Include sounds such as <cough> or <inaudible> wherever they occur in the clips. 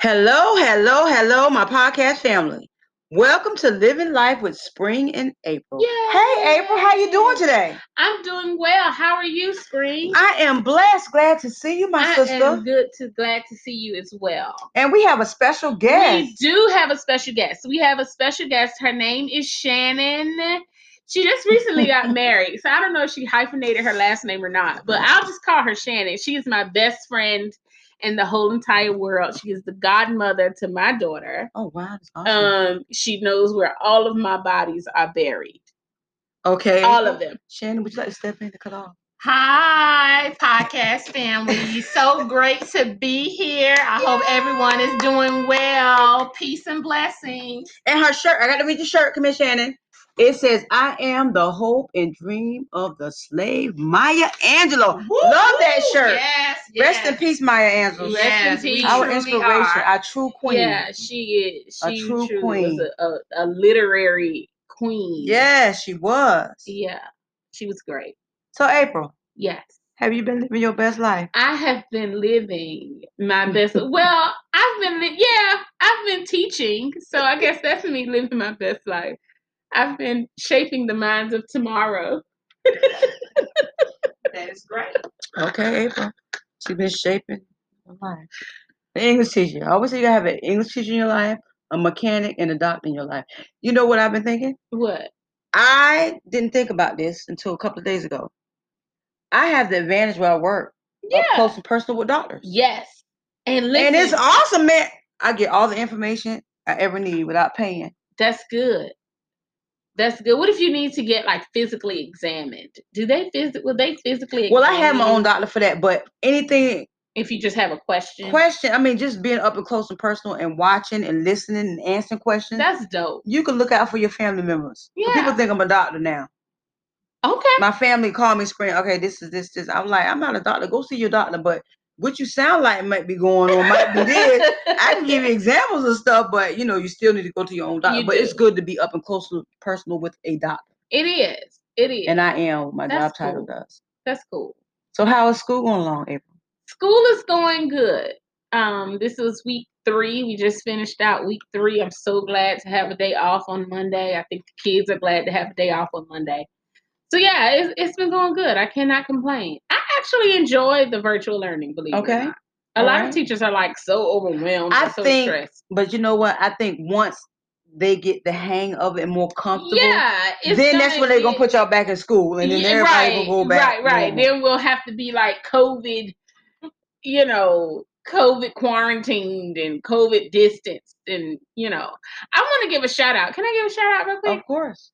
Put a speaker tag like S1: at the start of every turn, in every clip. S1: Hello, hello, hello, my podcast family. Welcome to Living Life with Spring and April. Hey, April, how you doing today?
S2: I'm doing well. How are you, Spring?
S1: I am blessed. Glad to see you, my
S2: I
S1: sister.
S2: am good to glad to see you as well.
S1: And we have a special guest.
S2: We do have a special guest. We have a special guest. Her name is Shannon. She just
S1: <laughs>
S2: recently got married, so I don't know if she hyphenated her last name or not, but I'll just call her Shannon. She is my best friend in the whole entire world. She is the godmother to my daughter.
S1: Oh, wow. That's awesome.
S2: Um, she knows where all of my bodies are buried,
S1: okay.
S2: all of them.
S1: Shannon, would you like to step in to cut off?
S3: Hi, podcast family. So great to be here. I hope everyone is doing well. Peace and blessings.
S1: And her shirt, I got to read the shirt. Come here, Shannon. It says, I am the hope and dream of the slave, Maya Angelou. Love that shirt.
S3: Yes,
S1: Rest in
S3: yes.
S1: peace, Maya Angelou.
S2: Rest in
S3: Yes, we
S2: peace.
S1: Our
S3: truly
S1: inspiration,
S3: are.
S1: our true queen.
S2: Yeah, she is.
S1: A
S2: She
S1: true
S2: truly
S1: queen.
S2: was a, a, a literary queen.
S1: Yes, she was.
S2: Yeah. She was great.
S1: So, April,
S2: Yes.
S1: have you been living your best life?
S2: I have been living
S1: <laughs>
S2: my best. well, I've been, li- yeah, I've been teaching. So I guess that's me living my best life. I've been shaping the minds of
S1: <laughs>
S2: tomorrow.
S3: That is great.
S1: Okay, April. She's been shaping her life. An English teacher. I always say you gotta have an English teacher in your life, a mechanic, and a doctor in your life. You know what I've been thinking?
S2: What?
S1: I didn't think about this until a couple of days ago. I have the advantage where I work up
S2: Yeah.
S1: close and personal with doctors.
S2: Yes. And listen,
S1: And it's awesome, man. I get all the information I ever need without paying.
S2: that's good. That's good. What if you need to get like physically examined? Do they phys- will they physically
S1: Well, I have my
S2: examine
S1: own
S2: you
S1: doctor for that, but anything
S2: if you just have a question?
S1: question. I mean, just being up and close and personal and watching and listening and answering questions.
S2: That's dope.
S1: you can look out for your family members. But People
S2: Yeah.
S1: think I'm a doctor now.
S2: Okay.
S1: My family called me spring. Okay, this is this this. I'm like, I'm not a doctor. Go see your doctor. But what you sound like might be going on, might be this.
S2: <laughs>
S1: I can give you examples of stuff, but you know, you still need to go to your own doctor.
S2: You
S1: but it's
S2: do.
S1: good to be up and close and personal with a doctor,
S2: It is. It is.
S1: and I am. what My job
S2: That's
S1: title
S2: cool.
S1: does.
S2: That's cool.
S1: So how is school going along, April?
S2: School is going good. Um, this was week three. We just finished out week three. I'm so glad to have a day off on Monday. I think the kids are glad to have a day off on Monday. So yeah, it's, it's been going good. I cannot complain. I actually enjoy the virtual learning. Believe it
S1: Okay.
S2: or not. A
S1: All
S2: lot
S1: right.
S2: of teachers are like so overwhelmed.
S1: I
S2: and so
S1: think
S2: stressed.
S1: But you know what? I think once they get the hang of it and more comfortable,
S2: Yeah. it's
S1: then that's
S2: gonna
S1: when they're gonna
S2: get-
S1: put y'all back in school, and then
S2: Yeah,
S1: everybody gonna go back.
S2: Right, right.
S1: normal.
S2: Then we'll have to be like COVID, you know, COVID quarantined and COVID distanced. And, you know, I want to give a shout out. Can I give a shout out real quick?
S1: Of course.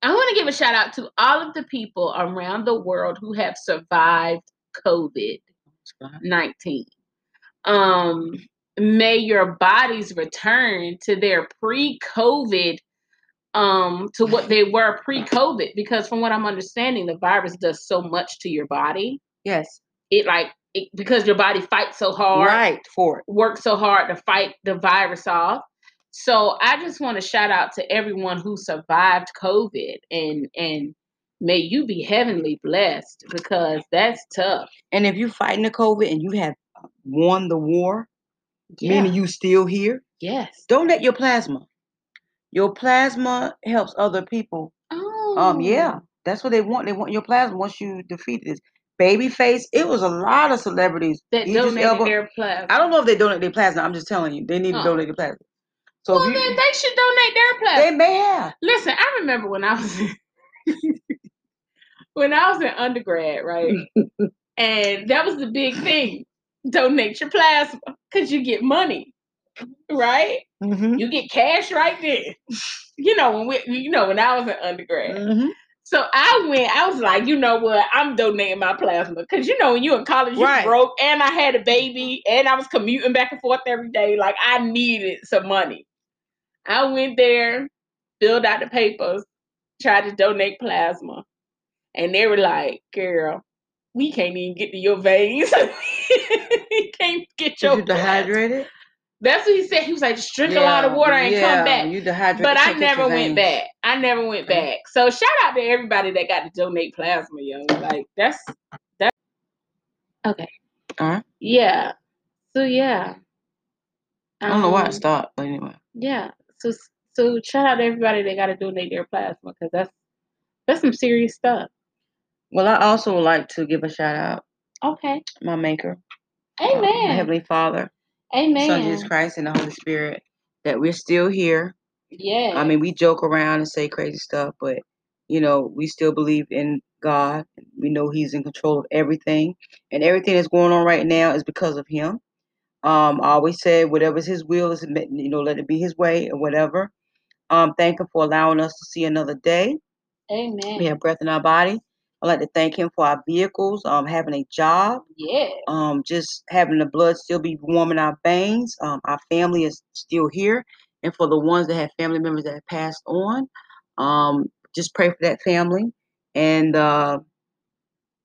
S2: I want to give a shout out to all of the people around the world who have survived COVID 19. Um, may your bodies return to their pre COVID um to what they were pre-covid because from what i'm understanding the virus does so much to your body
S1: Yes.
S2: it like it, because your body fights so hard
S1: Right for it.
S2: works so hard to fight the virus off so i just want to shout out to everyone who survived covid and and may you be heavenly blessed because that's tough
S1: And if you're fighting the COVID and you have uh, won the war,
S2: yeah
S1: meaning you still here,
S2: yes
S1: don't let your plasma. Your plasma helps other people.
S2: oh
S1: Um, yeah, that's what they want. They want your plasma once you defeat this. Babyface, it was a lot of celebrities.
S2: that
S1: Idris
S2: donated
S1: Elba-
S2: their plasma
S1: I don't know if they donate their plasma. I'm just telling you, they need
S2: Oh.
S1: to donate their plasma. So
S2: well
S1: if
S2: then
S1: you,
S2: they should donate their plasma
S1: they may
S2: <laughs>
S1: have.
S2: Listen, I remember when I was <laughs> when I was in
S1: <laughs>
S2: undergrad, right? and that was the big thing. Donate your plasma because you get money, right?
S1: Mm-hmm.
S2: You get cash right then. You know when we, you know when I was in undergrad.
S1: Mm-hmm.
S2: So I went. I was like, you know what? I'm donating my plasma because you know when you in college, you
S1: Right.
S2: broke, and I had a baby, and I was commuting back and forth every day. Like I needed some money. I went there, filled out the papers, tried to donate plasma, and they were like, "Girl, we can't even get to your veins. <laughs> we can't get your."
S1: You
S2: plasma."
S1: dehydrated.
S2: That's what he said. He was like, "Just drink a lot of water and
S1: yeah,
S2: come back."
S1: You dehydrated.
S2: But I
S1: can't get your
S2: never
S1: veins.
S2: went back. I never went
S1: Okay.
S2: back. So shout out to everybody that got to donate plasma, yo. Like that's that. Okay.
S1: All right.
S2: Yeah. So yeah.
S1: I don't know why it
S2: Um,
S1: stopped, but anyway.
S2: Yeah. So so shout out to everybody that got to donate their plasma because that's that's some serious stuff.
S1: Well, I also would like to give a shout out
S2: Okay.
S1: my maker. uh, my
S2: Amen.
S1: Heavenly Father, Son Jesus
S2: Amen.
S1: Christ, and the Holy Spirit, that we're still here.
S2: Yeah.
S1: I mean, we joke around and say crazy stuff, but you know, we still believe in God. We know He's in control of everything, and everything that's going on right now is because of Him. Um, I always said, whatever's His will is, meant- you know, let it be His way or whatever. Um, thank Him for allowing us to see another day.
S2: Amen.
S1: We have breath in our body. I'd like to thank Him for our vehicles, um, having a job,
S2: Yeah.
S1: um, just having the blood still be warm in our veins. Um, our family is still here. And for the ones that have family members that have passed on, um, just pray for that family and uh,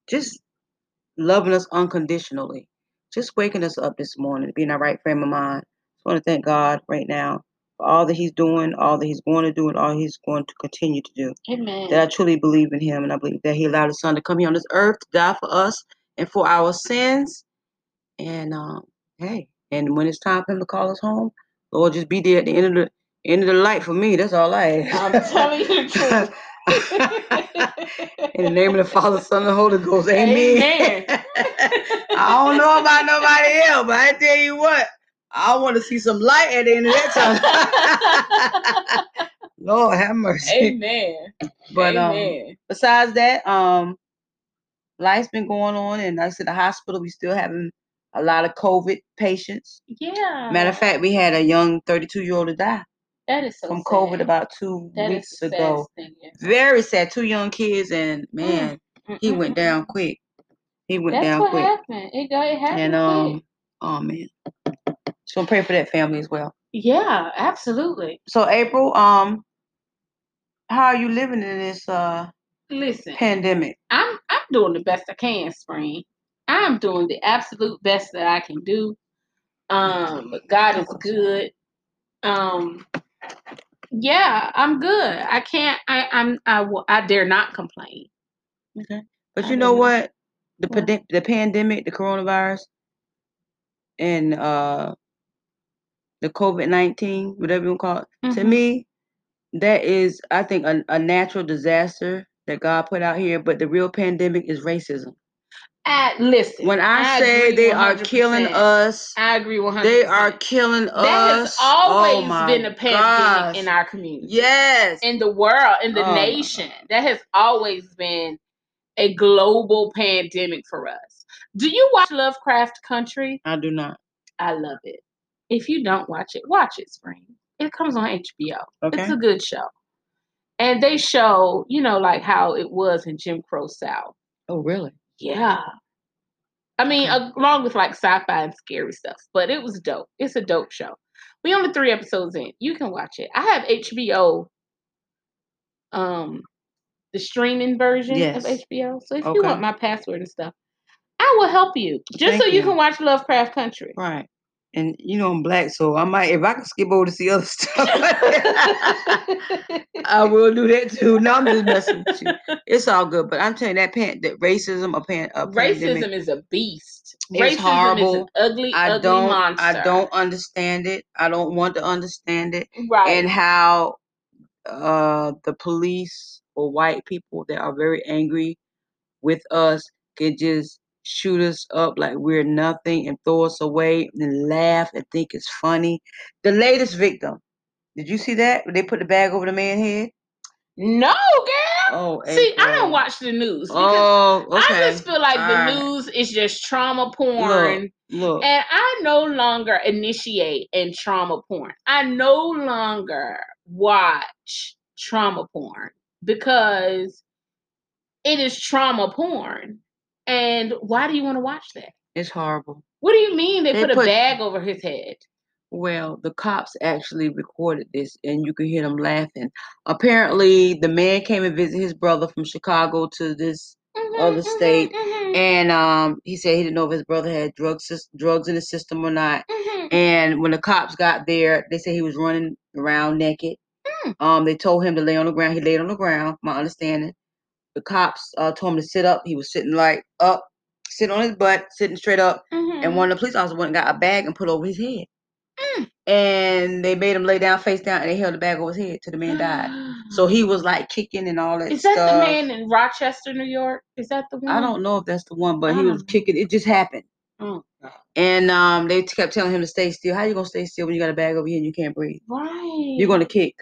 S1: just loving us unconditionally. Just waking us up this morning, being our right frame of mind. Just want to thank God right now for all that He's doing, all that He's going to do, and all He's going to continue to do
S2: Amen.
S1: that I truly believe in him and I believe that he allowed his son to come here on this earth to die for us and for our sins. And um, hey, and when it's time for him to call us home, Lord, just be there at the end of the end of the light for me. That's all I
S2: I'm
S1: ask.
S2: telling you the
S1: <laughs>
S2: <laughs> truth.
S1: in the name of the
S2: <laughs>
S1: Father, Son, and Holy Ghost,
S2: Amen.
S1: amen. <laughs> I don't know about nobody else, but I tell you what, I want to see some light at the end of that tunnel. <laughs> Lord have
S2: <laughs>
S1: mercy.
S2: Amen.
S1: But um,
S2: Amen.
S1: besides that, um, life's been going on, and like I said, the hospital we still having a lot of COVID patients.
S2: yeah.
S1: Matter of fact, we had a young 32 year old to die
S2: that is so
S1: from
S2: sad.
S1: COVID about two
S2: That is
S1: weeks
S2: the
S1: ago.
S2: saddest thing ever.
S1: Very sad. Two young kids, and man, he went down quick. He went
S2: Mm, That's
S1: down
S2: what
S1: quick.
S2: happened. It got it happened.
S1: And
S2: quick.
S1: um, oh man. So pray for that family as well.
S2: yeah, absolutely.
S1: So April, um, how are you living in this uh
S2: Listen,
S1: pandemic?
S2: I'm I'm doing the best I can, Spring. I'm doing the absolute best that I can do. Um, God is good. Um, yeah, I'm good. I can't. I I'm I will- I dare not complain.
S1: Okay. But
S2: I
S1: you know
S2: don't know.
S1: what? The
S2: What?
S1: pandem- the pandemic, the coronavirus, and uh the COVID nineteen, whatever you wanna call it, to
S2: Mhm.
S1: me, that is I think a, a natural disaster that God put out here. But the real pandemic is racism.
S2: I, listen.
S1: When I, say
S2: agree
S1: they are killing
S2: 100%.
S1: us,
S2: I agree one hundred.
S1: they are killing
S2: That
S1: us.
S2: has always
S1: oh my
S2: been a pandemic
S1: gosh.
S2: in our community.
S1: Yes.
S2: in the world, in the
S1: Oh, my
S2: nation. That has always been a global pandemic for us. Do you watch Lovecraft Country?
S1: I do not.
S2: I love it. If you don't watch it, watch it, Spring. It comes on HBO.
S1: Okay.
S2: It's a good show. And they show, you know, like how it was in Jim Crow South.
S1: oh really?
S2: Yeah. I mean, along with like sci fi and scary stuff, but it was dope. It's a dope show. We only three episodes in. You can watch it. I have HBO, um, the streaming version
S1: Yes.
S2: of HBO. So if
S1: Okay.
S2: you want my password and stuff, I will help you just so
S1: Thank
S2: you
S1: you.
S2: can watch Lovecraft
S1: <laughs>
S2: Country. <laughs>
S1: Right. And you know I'm black, so I might if I can skip over to see other <laughs> stuff. I will do that too. No, I'm just messing with you. It's all good, but I'm telling you that pan, that racism, a pan, a
S2: Racism
S1: pandemic.
S2: is a beast.
S1: It's
S2: Racism is an
S1: horrible.
S2: ugly,
S1: I
S2: ugly
S1: don't,
S2: monster.
S1: I don't understand it. I don't want to understand it,
S2: Right.
S1: and how uh the police or white people that are very angry with us can just shoot us up like we're nothing and throw us away and laugh and think it's funny. The latest victim. Did you see that? They put the bag over the man's head.
S2: no, girl.
S1: Oh,
S2: See, I
S1: April.
S2: don't watch the news because
S1: Oh, okay.
S2: I just feel like
S1: Alright.
S2: the news is just trauma porn.
S1: Look,
S2: And I no longer initiate in trauma porn. I no longer watch trauma porn because it is trauma porn. And why do you want to watch that?
S1: it's horrible.
S2: What do you mean they,
S1: They
S2: put, a
S1: put-
S2: bag over his head?
S1: Well, the cops actually recorded this, and you can hear them laughing. Apparently, the man came and visited his brother from Chicago to this, Other
S2: Mhm,
S1: state
S2: mhm, mhm,
S1: and um, he said he didn't know if his brother had drugs sys- drugs in his system or not.
S2: mhm.
S1: And when the cops got there, they said he was running around naked.
S2: Mm.
S1: Um, they told him to lay on the ground. He laid on the ground. My understanding. The cops uh, told him to sit up. He was sitting like up, sitting on his butt, sitting straight up. And
S2: Mhm.
S1: one of the police officers went and got a bag and put over his head.
S2: Mm.
S1: and they made him lay down face down, and they held the bag over his head till the man died.
S2: <gasps>
S1: So he was like kicking and all that
S2: is that
S1: stuff.
S2: the man in Rochester, New York? Is that the one?
S1: I don't know if that's the one, but
S2: I
S1: he was
S2: don't know.
S1: kicking. It just happened.
S2: Oh,
S1: And um, they kept telling him to stay still. How you gonna stay still when you got a bag over here and you can't breathe?
S2: right.
S1: You're gonna kick.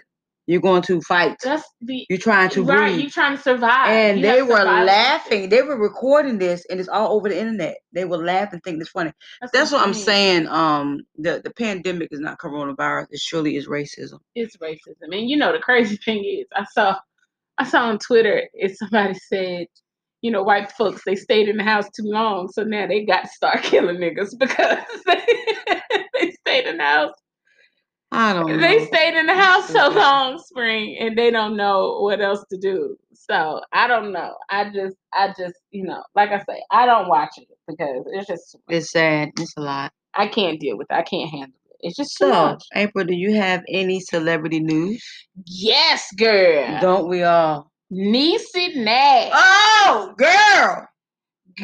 S1: You're going to fight.
S2: That's the
S1: You're trying to
S2: right.
S1: breathe.
S2: You trying to survive?
S1: and
S2: You
S1: they
S2: have
S1: were
S2: survival
S1: laughing. They were recording this, and it's all over the internet. They were laughing, thinking it's funny.
S2: skills.
S1: That's what I'm
S2: saying.
S1: saying. Um, the the pandemic is not coronavirus. It surely is racism.
S2: it's racism. And you know the crazy <laughs> thing is I saw I saw on Twitter if somebody said, you know, white folks they stayed in the house too long, so now they got to start <laughs> killing niggas because <laughs> they, they stayed in the house.
S1: I don't know.
S2: They stayed in the house so
S1: stupid.
S2: long, spring, and they don't know what else to do. So I don't know. I just I just, you know, like I say, I don't watch it because it's just too much.
S1: It's sad. It's a lot.
S2: I can't deal with it. I can't handle it. It's just too
S1: So,
S2: much.
S1: April, do you have any celebrity news?
S2: Yes, girl.
S1: Don't we all?
S2: Niecy Nash.
S1: Oh, girl!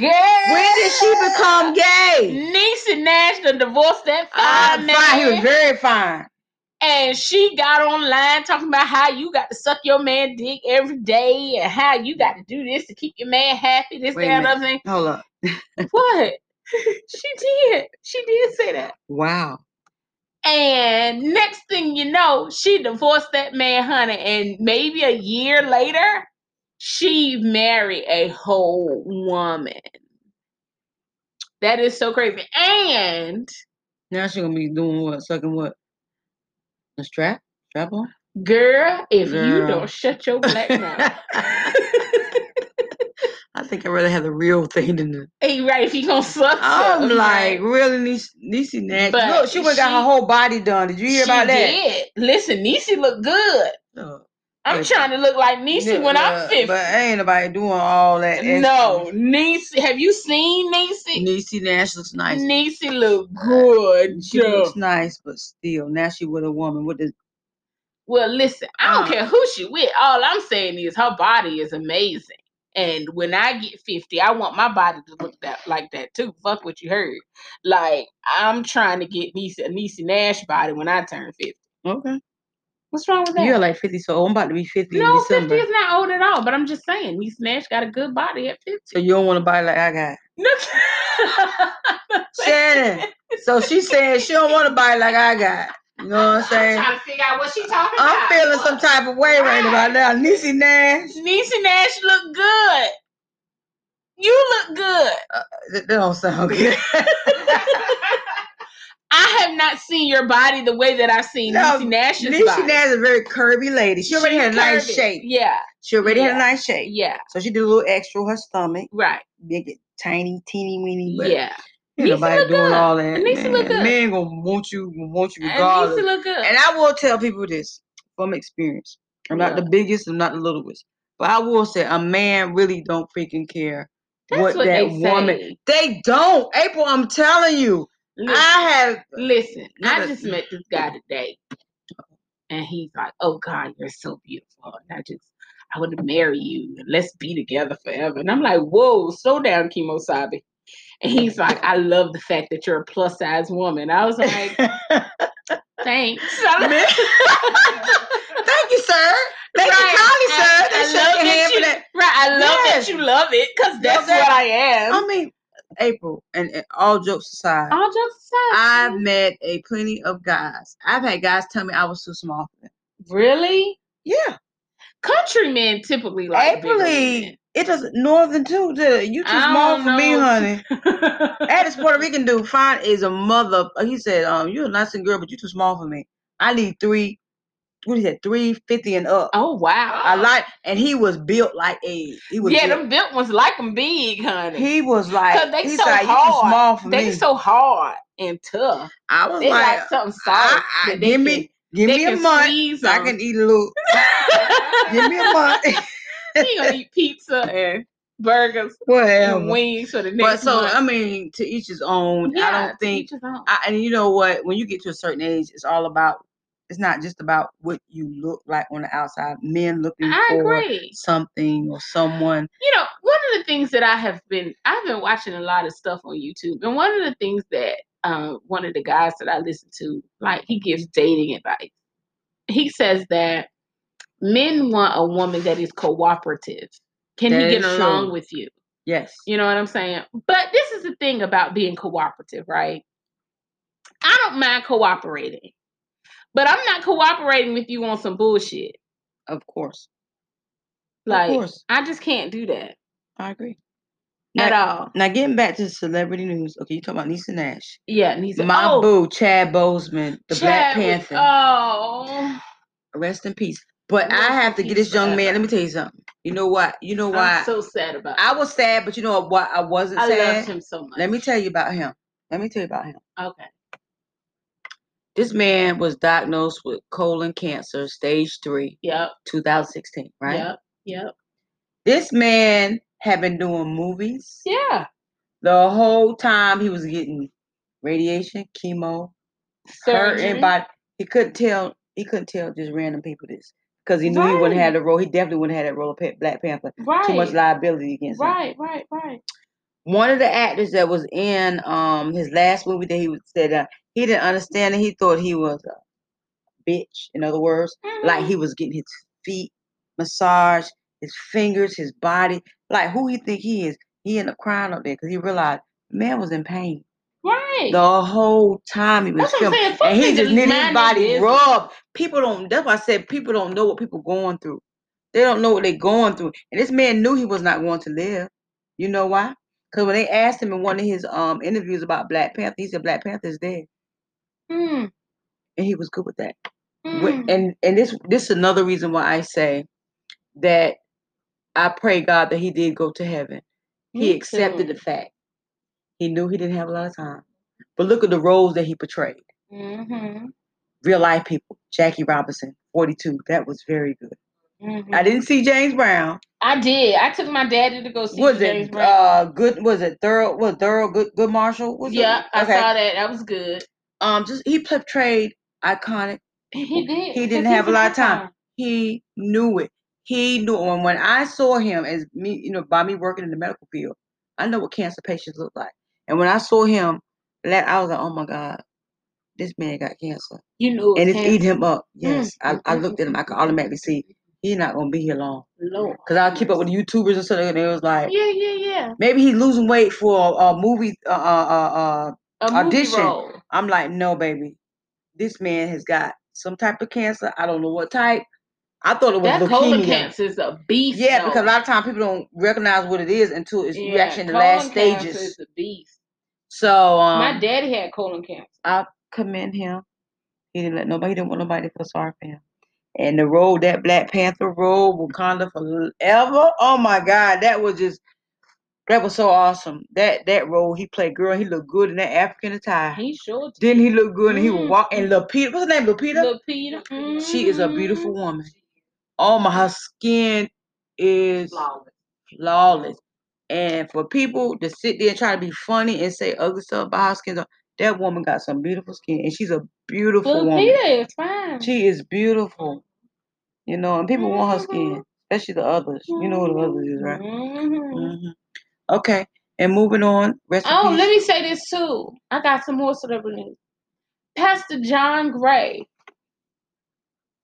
S2: Girl.
S1: When did she become gay?
S2: Niecy Nash done divorced that
S1: Ah,
S2: fine
S1: fine. He was
S2: man.
S1: very fine.
S2: And she got online talking about how you got to suck your man dick every day and how you got to do this to keep your man happy, this,
S1: Wait a
S2: that, and
S1: minute.
S2: other thing.
S1: Hold up.
S2: What? <laughs> she did. She did say that.
S1: Wow.
S2: And next thing you know, she divorced that man, honey. And maybe a year later, she married a whole woman. That is so crazy. And
S1: Now she gonna be doing what? Sucking what? A strap? Strap on? <laughs>
S2: girl, if you
S1: Girl.
S2: don't shut your
S1: <laughs>
S2: black mouth,
S1: I think I'd rather have the real thing than the.
S2: hey, right? If you gonna suck,
S1: I'm
S2: some,
S1: like,
S2: right?
S1: really, Niecy Niecy Nash?
S2: But
S1: Look, she would got her
S2: she-
S1: whole body done. Did you hear
S2: she
S1: about that?
S2: did. Listen, Niecy look good.
S1: Look,
S2: I'm
S1: Look.
S2: trying to look like Niecy
S1: look,
S2: when I'm
S1: look,
S2: 50.
S1: But ain't nobody doing all that. extra.
S2: no, Niecy. Have you seen Niecy?
S1: Niecy Nash looks nice.
S2: Niecy look good.
S1: She looks nice, but still, now she with a woman. What is?
S2: Well, listen, I don't
S1: Uh.
S2: care who she with. All I'm saying is her body is amazing. And when I get 50, I want my body to look that like that too. Fuck what you heard. Like, I'm trying to get Niecy, a Niecy Nash body when I turn 50.
S1: Okay.
S2: What's wrong with that?
S1: You're like 50, so old. I'm about to be 50 in
S2: no, 50
S1: December.
S2: is not old at all, but I'm just saying, Niecy Nash got a good body at 50. <laughs>
S1: So you don't want to buy like I got. Shannon. So she's saying she don't want to buy like I got. You know what I'm saying?
S3: trying to figure out what she talking
S1: I'm
S3: about.
S1: feeling some type of way right about now. Nisi Nash,
S2: Niecy Nash look good. You look good.
S1: that, that don't sound
S2: <laughs>
S1: good.
S2: I have not seen your body the way that I've seen
S1: No,
S2: Niecy Nash's
S1: Nisi
S2: body.
S1: Nash is a very curvy lady. She already
S2: She's
S1: had a nice
S2: curvy.
S1: shape.
S2: Yeah,
S1: She already had a
S2: Yeah.
S1: nice shape.
S2: yeah,
S1: So she did a little extra with her stomach,
S2: right.
S1: make it tiny, teeny, weeny. But
S2: Yeah.
S1: ain't
S2: Niecy
S1: nobody
S2: look
S1: doing
S2: good.
S1: all that.
S2: Niecy
S1: man.
S2: look good.
S1: Men gonna want you, gonna want you
S2: And Niecy
S1: regardless.
S2: look good.
S1: And I will tell people this from experience. I'm not the
S2: What?
S1: biggest, I'm not the littlest, but I will say a man really don't freaking care
S2: That's what,
S1: that
S2: they
S1: woman.
S2: say.
S1: They don't, April. I'm telling you,
S2: Listen,
S1: I have.
S2: listen, I
S1: Nigga.
S2: just met this guy today, and he's like, "Oh God, you're so beautiful," and I just, I want to marry you, and let's be together forever. And I'm like, "Whoa, slow down, Kimo Sabe." And he's like, "I love the fact that you're a plus size woman." I
S1: <laughs>
S2: was <laughs> like, "Thanks." <laughs>
S1: Man, Thank you, sir. Thank
S2: Right.
S1: you kindly, sir.
S2: I- I
S1: They
S2: love
S1: shake your
S2: that
S1: hand for
S2: you-
S1: that.
S2: Right, I love
S1: Yes.
S2: that you love it because that's
S1: that-
S2: what I am.
S1: I mean, April, and, and all jokes aside,
S2: All jokes aside,
S1: I've
S2: man.
S1: met a plenty of guys. I've had guys tell me I was too small for them.
S2: really
S1: Yeah,
S2: countrymen typically like
S1: April,
S2: bigger
S1: it doesn't. Northern too. dude. You too
S2: I
S1: small
S2: don't
S1: for me,
S2: know.
S1: honey.
S2: women.
S1: And this Puerto Rican dude, fine is a mother. He said, "Um, you're a nice and girl, but you're too small for me. I need three. What he said, three fifty and up.
S2: oh wow,
S1: I like." And he was built like a. He was.
S2: yeah,
S1: built-
S2: them built ones like them big, honey.
S1: he was like.
S2: Cause they
S1: he's
S2: so
S1: like, you too
S2: hard.
S1: small for
S2: they
S1: me.
S2: so hard and tough.
S1: I was
S2: They like,
S1: like,
S2: something soft.
S1: I, I-
S2: that they
S1: give me, give
S2: can, they
S1: me a
S2: can
S1: month.
S2: squeeze
S1: so I
S2: on.
S1: can eat a little. Give me a
S2: <laughs>
S1: month.
S2: She gonna eat pizza and burgers and
S1: <laughs> Whatever.
S2: wings for the
S1: But
S2: next
S1: so
S2: month.
S1: I mean, to each his own.
S2: yeah,
S1: I
S2: to
S1: don't think.
S2: each his own.
S1: I, and you know what? When you get to a certain age, it's all about. It's not just about what you look like on the outside. Men looking
S2: I
S1: for
S2: agree.
S1: something or someone.
S2: You know, one of the things that I have been I've been watching a lot of stuff on YouTube, and one of the things that um, one of the guys that I listen to, like he gives dating advice. He says that men want a woman that is cooperative. Can
S1: That is
S2: he get
S1: true.
S2: along with you?
S1: Yes.
S2: You know what I'm saying? But this is the thing about being cooperative, right? I don't mind cooperating, but I'm not cooperating with you on some bullshit.
S1: Of course.
S2: Like,
S1: of course.
S2: I just can't do that
S1: I agree.
S2: at
S1: Now,
S2: all.
S1: now getting back to celebrity news. Okay, you talking about Nisa Nash.
S2: Yeah, and he's
S1: My
S2: oh,
S1: boo, Chad Bozeman, the Black
S2: Chad was-
S1: Panther.
S2: Oh,
S1: Rest in peace. But
S2: Rest
S1: I
S2: in
S1: have to get
S2: peace
S1: this young man.
S2: forever.
S1: Let me tell you something. You know what? You know why?
S2: I'm so sad about.
S1: I
S2: it.
S1: was sad, but you know what? I wasn't
S2: I
S1: sad.
S2: loved him so much.
S1: Let me tell you about him. Let me tell you about him.
S2: Okay.
S1: This man was diagnosed with colon cancer, stage three,
S2: Yep.
S1: 2016. Right.
S2: Yep. Yep.
S1: This man had been doing movies
S2: Yeah.
S1: the whole time. He was getting radiation, chemo, hurt
S2: Surgery.
S1: anybody. He couldn't tell. He couldn't tell just random people this because he knew he wouldn't have
S2: Right.
S1: the role. He definitely wouldn't have that role of Pa- Black Panther.
S2: Right.
S1: Too much liability against him.
S2: Right. Right. Right.
S1: One of the actors that was in um his last movie that he was said uh, he didn't understand it. He thought he was a bitch. In other words, like
S2: Mhm.
S1: he was getting his feet massaged, his fingers, his body. Like who he think he is? He ended up crying up there because he realized the man was in pain.
S2: Mm-hmm. Right.
S1: the whole time he was
S2: That's what I'm
S1: filming.
S2: saying. Fuck
S1: And he
S2: niggas
S1: just needed his
S2: minding
S1: body
S2: business.
S1: rubbed. People don't that's why I said people don't know what people going through. They don't know what they're going through. And this man knew he was not going to live. You know why? Because when they asked him in one of his um interviews about Black Panther, he said Black Panther's dead.
S2: Mm,
S1: And he was good with that. Wh-
S2: mm.
S1: And and this this is another reason why I say that I pray God that he did go to heaven. He
S2: Me
S1: accepted
S2: too.
S1: the fact. He knew he didn't have a lot of time. But look at the roles that he portrayed.
S2: Mhm,
S1: real life people. Jackie Robinson, 42. That was very good.
S2: mhm.
S1: I didn't see James Brown.
S2: I did. I took my daddy to go see
S1: was
S2: James
S1: it
S2: Brown.
S1: uh good was it thorough was thorough good good Marshall? Was it-
S2: yeah, I
S1: okay.
S2: saw that. That was good. <laughs>
S1: Um just he portrayed iconic.
S2: He did.
S1: He
S2: 'cause
S1: didn't
S2: he's
S1: have a lot of time.
S2: icon.
S1: He knew it. He knew it. And when I saw him as me, you know, by me working in the medical field, I know what cancer patients look like. And when I saw him, that I was like, oh my God, this man got cancer.
S2: You knew it.
S1: and it's
S2: was him.
S1: eating him up. Yes,
S2: mm,
S1: I, I
S2: mm,
S1: looked at him. I could automatically see he's not gonna be here long.
S2: Lord.
S1: Cause I keep up with YouTubers and stuff, and it was like
S2: Yeah, yeah, yeah.
S1: maybe he's losing weight for a, a movie. Uh, uh, uh, uh,
S2: A movie
S1: Audition.
S2: role.
S1: I'm like, no, baby, this man has got some type of cancer. I don't know what type. I thought it was
S2: That colon
S1: leukemia.
S2: cancer is a beast.
S1: Yeah,
S2: though.
S1: because a lot of times people don't recognize what it is until it's you
S2: Yeah,
S1: actually in the
S2: colon
S1: last
S2: cancer
S1: stages.
S2: is a beast.
S1: So um,
S2: my daddy had colon cancer.
S1: I commend him. He didn't let nobody. He didn't want nobody to feel sorry for him. And the role that Black Panther role, Wakanda forever. Oh my God, that was just that was so awesome. That that role he played, girl, he looked good in that African attire.
S2: He sure did.
S1: Didn't he look good? And he would walk. And
S2: Mhm.
S1: Lupita, what's her name? Lupita.
S2: Look, Peter. Mm-hmm.
S1: she is a beautiful woman. Oh my, her skin is flawless. And for people to sit there and try to be funny and say ugly stuff about her skin, that woman got some beautiful skin, and she's a beautiful
S2: Look,
S1: woman.
S2: Peter is fine.
S1: She is beautiful. You know, and people want her skin,
S2: Mhm.
S1: especially the others. You know who the others is, right?
S2: Mhm.
S1: hmm Okay. And moving on, rest in
S2: Oh,
S1: peace.
S2: let me say this too. I got some more celebrity news. Pastor John Gray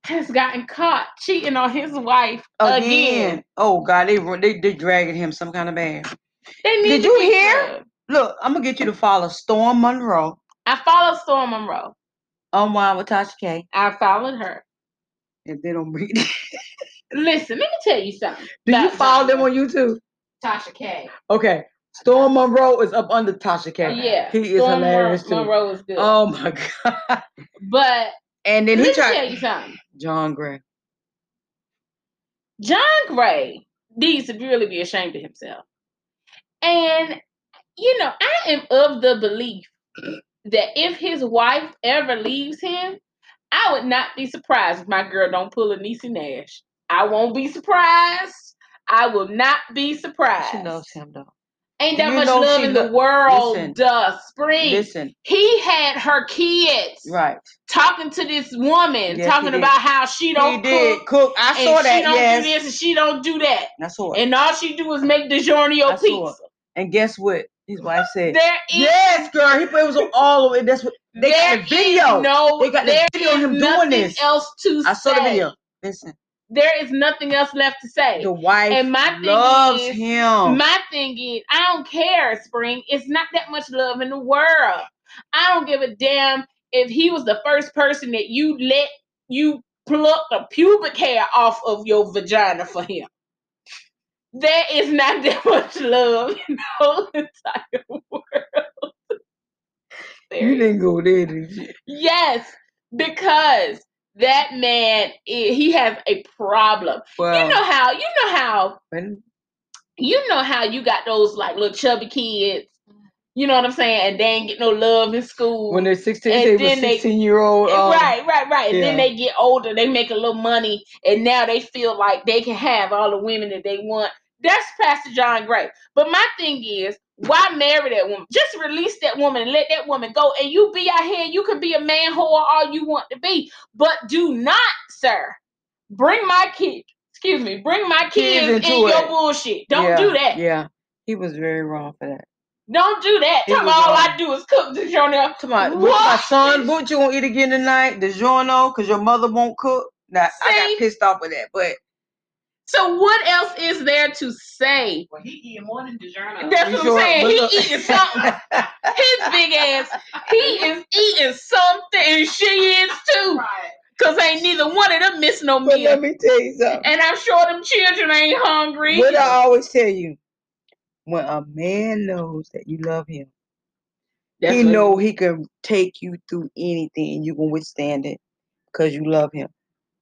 S2: has gotten caught cheating on his wife again.
S1: Oh God, they ru- they they dragging him some kind of bad.
S2: They need
S1: Did
S2: to
S1: you
S2: fix
S1: hear?
S2: that.
S1: Look, I'm gonna get you to follow Storm Monroe,
S2: I followed Storm Monroe.
S1: Unwind with Tasha K.
S2: I followed her.
S1: If they don't <laughs> read, it.
S2: Listen, let me tell you something.
S1: do you
S2: about
S1: follow them
S2: John
S1: on YouTube?
S2: Gray. Tasha K?
S1: Okay, Storm Monroe is up under Tasha K.
S2: Oh, Yeah,
S1: he is
S2: Storm Mon-
S1: hilarious too.
S2: Monroe is good.
S1: Oh my God!
S2: but
S1: And then
S2: let
S1: he
S2: me tell
S1: tried
S2: you something.
S1: John Gray.
S2: John Gray needs to really be ashamed of himself. And you know, I am of the belief that if his wife ever leaves him, I would not be surprised if my girl don't pull a Niecy Nash. I won't be surprised. I will not be surprised.
S1: She loves him though.
S2: Ain't
S1: Do
S2: that
S1: you
S2: much
S1: know
S2: love
S1: she
S2: in the
S1: lo-
S2: world,
S1: Listen.
S2: duh, spring.
S1: Listen,
S2: He had her kids
S1: right.
S2: talking to this woman,
S1: Yes, he
S2: talking
S1: did.
S2: about how she
S1: He
S2: don't
S1: did
S2: cook
S1: cook. I
S2: and
S1: saw
S2: she
S1: that.
S2: don't
S1: Yes,
S2: do this and she don't do that.
S1: I saw it.
S2: And all she do is make
S1: I
S2: DiGiorno
S1: saw
S2: pizza.
S1: And guess what? His wife said,
S2: There is
S1: "Yes, girl." He put it was on all of it. That's what they got
S2: there
S1: the video.
S2: is no
S1: They got the
S2: there
S1: video of
S2: is
S1: him doing
S2: nothing
S1: this.
S2: else to
S1: I saw the
S2: say.
S1: video. Listen,
S2: There is nothing else left to say.
S1: the wife
S2: And my thing
S1: loves
S2: is,
S1: him.
S2: My thing is, I don't care, Spring. It's not that much love in the world. I don't give a damn if he was the first person that you let you pluck the pubic hair off of your vagina for him. There is not <laughs> that much love in the whole entire world. There
S1: you
S2: is.
S1: didn't go there, did you?
S2: Yes, because that man i- he has a problem.
S1: Well,
S2: You know how you know how
S1: when-
S2: you know how you got those like little chubby kids. You know what I'm saying? And they ain't get no love in school.
S1: when they're sixteen,
S2: And
S1: they were
S2: then they-
S1: sixteen-year-old. Um,
S2: right, right, right. And
S1: yeah.
S2: then they get older, they make a little money, and now they feel like they can have all the women that they want. That's Pastor John Gray. But my thing is, why marry that woman? Just release that woman and let that woman go. And you be out here, you can be a man whore all you want to be. But do not, sir, bring my kid. Excuse me, bring my kids,
S1: Kids
S2: in
S1: into
S2: your
S1: it.
S2: bullshit. Don't
S1: um, yeah,
S2: do that.
S1: Yeah, he was very wrong for that.
S2: Don't do that.
S1: It
S2: Tell me
S1: was
S2: all
S1: wrong.
S2: I do is cook DiGiorno.
S1: Come on,
S2: What?
S1: what? my son, what you gonna eat again tonight? DiGiorno, cause your mother won't cook. Now I
S2: See?
S1: got pissed off with that, but
S2: So what else is there to say?
S3: Well, he eating more than DiGiorno.
S2: That's what I'm
S1: DiGiorno-
S2: saying.
S1: but
S2: He
S1: look- <laughs>
S2: eating something. His big ass. He is eating something, and she is too.
S3: Right.
S2: Cause ain't neither one of them miss no
S1: But let
S2: meal.
S1: me tell you something.
S2: And I'm sure them children ain't hungry.
S1: What I always tell you, when a man knows that you love him,
S2: That's
S1: he
S2: what-
S1: know he can take you through anything and you can withstand it because you love him.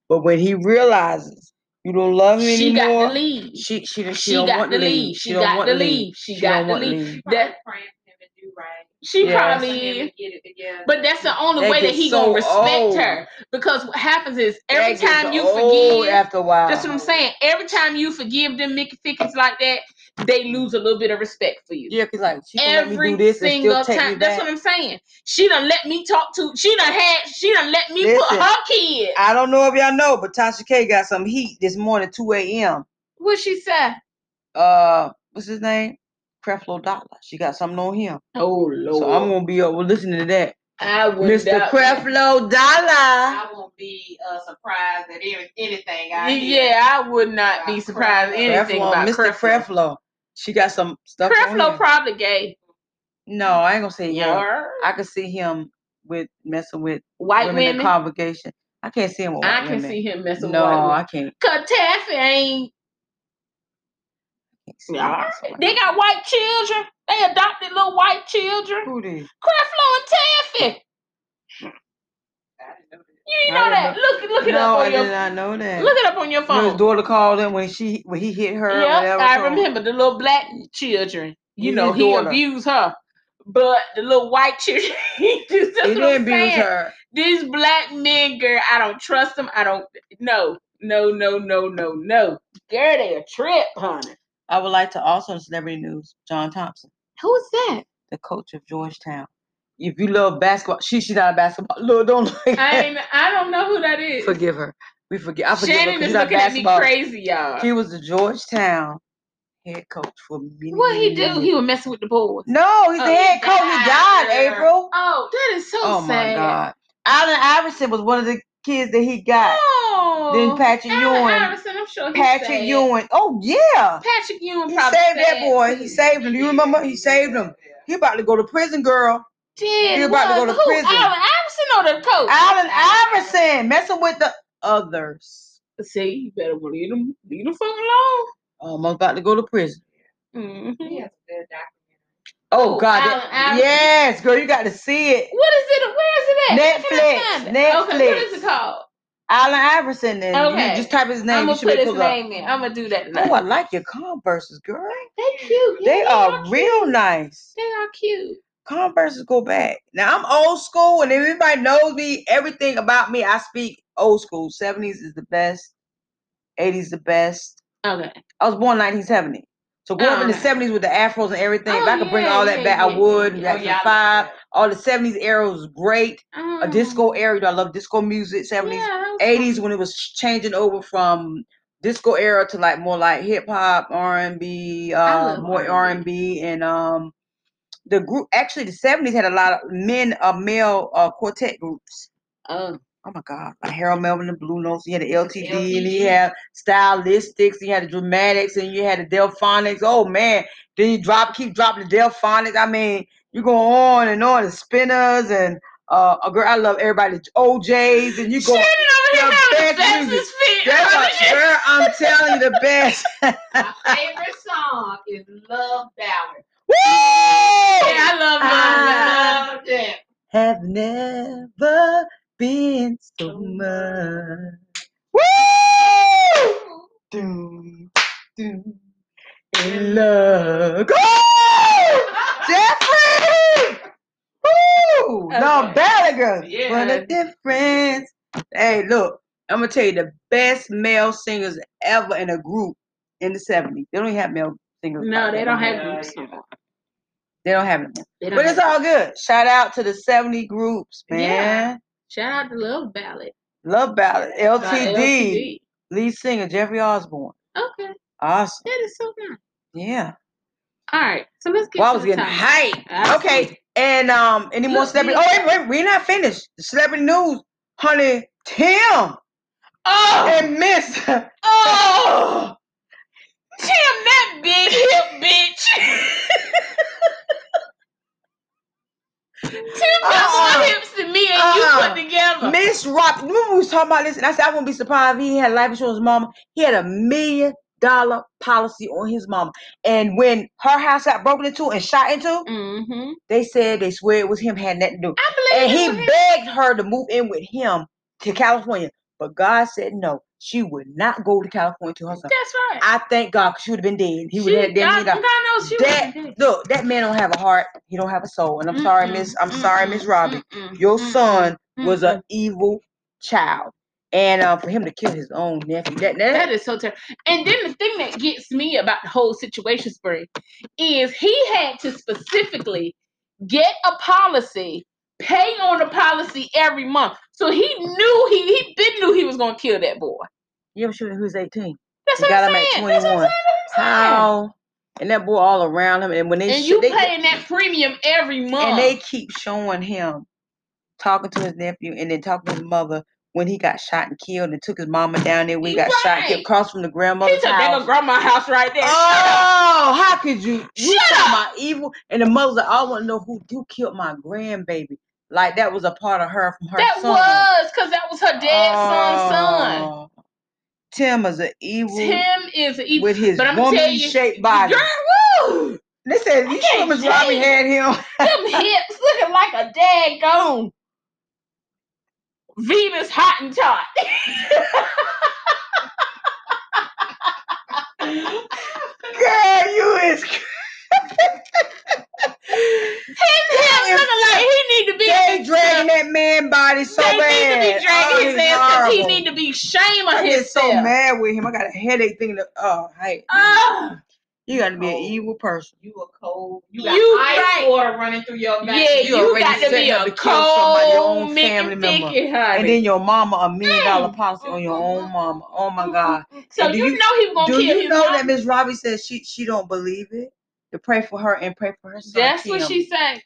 S1: But when he realizes you don't love him
S2: she got
S1: anymore,
S2: to leave.
S1: she she she,
S2: She
S1: don't
S2: got
S1: want
S2: to
S1: to leave.
S2: leave.
S1: She
S2: She
S1: don't
S2: got
S1: want
S2: to
S1: to leave.
S2: leave. She
S1: She
S2: got
S1: don't
S2: to
S1: want to
S2: leave.
S1: leave.
S2: That-
S3: Probably praying for him to do right.
S2: She
S1: Yes.
S2: probably
S3: For him
S2: is.
S3: to get it together.
S2: But that's the only
S1: That
S2: way that
S1: gets
S2: he
S1: so
S2: gonna respect
S1: old.
S2: her. Because what happens is every
S1: That gets
S2: time you
S1: old
S2: forgive,
S1: after a while.
S2: that's what I'm saying. Every time you forgive them Mickey Fickets like that, they lose a little bit of respect for you.
S1: yeah, cause like she gonna let me
S2: Every
S1: do this and
S2: single
S1: still take me
S2: time. That's
S1: back.
S2: what I'm saying. She done let me talk to she done had she done let me put
S1: Listen.
S2: her kid.
S1: I don't know if y'all know, but Tasha K got some heat this morning, 2 a.m.
S2: What she said?
S1: Uh, what's his name? Creflo Dollar. She got something on him.
S2: Oh Lord.
S1: So I'm gonna be up listening to that.
S2: I would
S1: Mr.
S2: doubt that.
S1: Creflo Dollar.
S3: I won't be uh, surprised at any- anything I hear.
S2: Yeah, I would not be
S3: About
S2: surprised
S3: Creflo.
S2: anything
S1: Creflo,
S2: about
S1: Mr.
S2: Creflo.
S1: Creflo. She got some stuff. on
S2: Creflo
S1: him.
S2: probably gay.
S1: no, I ain't gonna say yeah.
S2: Yer.
S1: I could see him with messing with
S2: White
S1: women,
S2: women.
S1: in congregation. I can't see him with
S2: I
S1: white
S2: can
S1: women.
S2: see him messing
S1: no,
S2: with white women.
S1: I can't.
S2: Cause Taffy ain't.
S1: see him messing with
S2: They
S1: white
S2: got white children. They adopted little white children.
S1: women. Who this?
S2: Creflo and Taffy.
S3: I didn't know that.
S1: I
S2: You know
S1: didn't
S2: that. Look, look it
S1: no,
S2: up
S1: I
S2: on your.
S1: did not know that.
S2: Look it up on your
S1: When
S2: phone.
S1: his daughter called him when she when he hit her. or
S2: yeah,
S1: whatever,
S2: I
S1: so-
S2: remember the little black children. You
S1: He
S2: know
S1: his
S2: he
S1: daughter.
S2: abused her, but the little white children. <laughs> he just, that's
S1: He
S2: what I'm
S1: didn't abuse
S2: saying.
S1: her.
S2: These black men, girl, I don't trust them. I don't. No, no, no, no, no, no. Girl, they a trip, honey.
S1: I would like to also in celebrity news, John Thompson,
S2: Who is that?
S1: the coach of Georgetown. If you love basketball, she she's not a basketball. <laughs> Look, don't look at <laughs>
S2: I ain't, I don't know who that is.
S1: Forgive her. We forget. I forgive her
S2: Shannon
S1: 'cause
S2: is
S1: you're not
S2: looking at me
S1: basketball.
S2: crazy, y'all.
S1: She was the Georgetown head coach for many.
S2: What he
S1: many,
S2: do?
S1: many
S2: He
S1: years.
S2: was messing with the boys.
S1: no, he's
S2: Oh,
S1: the
S2: he
S1: head coach. He died,
S3: died, girl.
S1: April.
S2: Oh, that is so
S1: Oh my
S2: sad.
S1: God. Allen Iverson was one of the kids that he got.
S2: Oh,
S1: then Patrick
S2: Allen
S1: Ewing.
S2: Iverson, I'm sure he's
S1: Patrick
S2: sad.
S1: Ewing. Oh yeah,
S2: Patrick Ewing
S1: he saved
S2: probably
S1: that
S2: sad,
S1: boy.
S2: too.
S1: He saved him. Do you remember? He saved him. He about to go to prison, girl.
S2: Did
S1: He about to go
S2: was-
S1: to
S2: who,
S1: prison.
S2: Allen Iverson or the coach?
S1: Allen Iverson messing with the others.
S2: See, you better leave them, leave them fucking alone.
S1: Um, I'm about to go to prison.
S2: Mhm.
S3: He has a good documentary.
S1: Oh
S2: Who,
S1: God!
S2: Allen
S1: that-
S2: Iverson?
S1: yes, girl, you got to see it.
S2: What is it? Where is it at? Can I
S1: Netflix,
S2: find it? Okay, what
S1: Netflix.
S2: is it called?
S1: Allen Iverson. And
S2: Okay.
S1: you just type his name.
S2: I'm
S1: you
S2: gonna
S1: should be
S2: put his
S1: able to
S2: name in. I'm gonna do that.
S1: pull up.
S2: Tonight.
S1: Oh, I like your Converse's, girl.
S2: They cute.
S1: They
S2: yeah,
S1: are
S2: cute.
S1: real nice.
S2: They are cute.
S1: Converse's go back. Now I'm old school, and everybody knows me. Everything about me, I speak old school. Seventies is the best. Eighties the best.
S2: Okay.
S1: I was born 1970. So growing up in the
S2: Oh.
S1: 70s with the afros and everything, if
S2: Oh,
S1: I could bring
S2: yeah,
S1: all that
S2: yeah,
S1: back,
S2: yeah,
S1: I would. And
S2: yeah. Oh,
S1: Jackson
S3: yeah, I love
S1: Five,
S3: that.
S1: all the 70s era was great.
S3: Um,
S1: A disco era, I love disco music. 70s,
S2: Mm-hmm. Yeah,
S1: 80s when it was changing over from disco era to like more like hip hop, R and B,
S2: I
S1: uh,
S2: love
S1: more R
S2: R&B.
S1: and B, and um, the group actually the seventies had a lot of men, uh, male uh, quartet groups.
S2: Oh,
S1: Oh my God, like Harold Melvin and Blue Notes. You had the LTD, and you
S2: LTD.
S1: had stylistics, you had the dramatics, and you had the delphonics. Oh man, then you drop, keep dropping the delphonics. I mean, you go on and on, the spinners and uh, a girl. I love everybody, OJ's, and you go.
S2: Shannon over here
S1: Now,
S2: having
S1: best
S2: sex
S1: <laughs>
S2: with
S1: music.
S2: feet.
S1: That's a- girl, I'm telling you, the best.
S3: My favorite song is Love Ballad.
S1: <laughs> Woo!
S2: Yeah, I love mine.
S1: Ah.
S3: I love that.
S1: have never been so
S2: So
S1: much. Woo! Doom, doom, in love. Go! Oh! Jeffrey! Woo! No,
S2: Okay.
S1: Gallagher. What
S2: Yeah.
S1: a difference. Hey, look, I'm going to tell you the best male singers ever in a group in the 70s. They don't even have male singers.
S2: No,
S1: like
S2: they
S1: that
S2: don't
S1: no
S2: have
S1: more.
S2: groups no more.
S1: They don't have them.
S2: They don't
S1: But it's
S2: have-
S1: all good. Shout out to the 70 groups,
S2: Yeah.
S1: man.
S2: Shout out to Love Ballad.
S1: Love Ballad,
S2: by
S1: LTD,
S2: LTD.
S1: lead singer Jeffrey Osborne.
S2: Okay.
S1: Awesome.
S2: That is so nice.
S1: Yeah.
S2: All right. So let's get
S1: Well, I
S2: to
S1: was
S2: the
S1: getting hype.
S2: topic. I
S1: Okay.
S2: see.
S1: And um, any more
S2: Look,
S1: celebrity?
S2: we-
S1: Oh, wait, wait, we're not finished. Celebrity news, honey. Tim
S2: Oh,
S1: and Miss.
S2: oh. Tim, that big hip bitch. Tim got
S1: Uh-uh.
S2: more hips than me and you
S1: Uh-uh.
S2: put together.
S1: Miss Rock. Remember we was talking about this, and I said I wouldn't be surprised if he had life insurance mama. He had a million dollar policy on his mama. And when her house got broken into and shot into,
S2: mm-hmm.
S1: they said they swear it was him had nothing to do.
S2: I
S1: and
S2: believe
S1: he
S2: it was him.
S1: begged her to move in with him to California. But God said no, she would not go to California to her son.
S2: That's right.
S1: I thank God 'cause she would have been dead. He would
S2: she,
S1: have
S2: God,
S1: dead.
S2: God knows she
S1: That
S2: was
S1: look, that man don't have a heart. He don't have a soul. And I'm sorry,
S2: Mm-mm,
S1: Miss. I'm sorry,
S2: mm-mm,
S1: Miss Robbie.
S2: mm-mm,
S1: Your
S2: mm-mm,
S1: son was
S2: mm-mm.
S1: an evil child, and uh, for him to kill his own nephew, that, that,
S2: That is so terrible. And then the thing that gets me about the whole situation, Spring, is he had to specifically get a policy, pay on the policy every month. So he knew he he been knew he was gonna kill that boy.
S1: you ever shoot him? He was 18.
S2: That's
S1: You
S2: what I'm
S1: got him at
S2: saying. That's what
S1: 21.
S2: I'm saying. That's what I'm
S1: How? And that boy all around him, and when they
S2: saying. And
S1: sh-
S2: you
S1: they,
S2: paying that premium every month.
S1: And they keep showing him talking to his nephew and then talking to his mother when he got shot and killed and took his mama down there. We got shot and killed
S2: Right.
S1: across from the
S2: he
S1: grandmother's
S2: took that
S1: house.
S2: little grandma house right there.
S1: Oh, how could you? You
S2: Shut
S1: talking about evil? And the mother's like, I want to know who you killed my grandbaby. Like that was a part of her from her
S2: that
S1: son.
S2: was because that was her dead son's son.
S1: Oh. Tim is an evil
S2: Mm-hmm. Tim is evil.
S1: with his
S2: but I'ma tell you,
S1: woman shaped body.
S2: Girl, woo!
S1: They said you sure
S2: can't
S1: Miss Robbie
S2: take
S1: had him. <laughs>
S2: Them hips looking like a daggone Venus Hottentot.
S1: Girl, you is
S2: His hips
S1: is
S2: looking like he need to be.
S1: They dragging that man body so
S2: they
S1: bad.
S2: need to be dragging
S1: Oh,
S2: his
S1: it's
S2: ass because he
S1: horrible.
S2: need to be shame of
S1: I get
S2: himself.
S1: so mad with him. I got a headache thinking of oh hey.
S2: Ah,
S1: you gotta be an
S3: Oh.
S1: evil person.
S3: You a cold. You got
S2: You
S3: ice
S2: right.
S3: water running through your
S2: yeah,
S3: veins.
S1: you
S2: you
S1: already
S2: got to
S1: setting
S2: be
S1: up
S2: a
S1: to kill somebody, your own
S2: cold,
S1: family
S2: Mickey,
S1: member.
S2: Dicky,
S1: And
S2: honey.
S1: then your mama a million dollar
S2: Mm.
S1: policy on your own mama. Oh my God.
S2: So
S1: And do
S2: you,
S1: you-
S2: know he was gonna
S1: Do
S2: kill
S1: you
S2: his
S1: know
S2: mom.
S1: that Miss Robbie says she she don't believe it? To pray for her and pray for her son.
S2: That's
S1: Tim.
S2: what she said.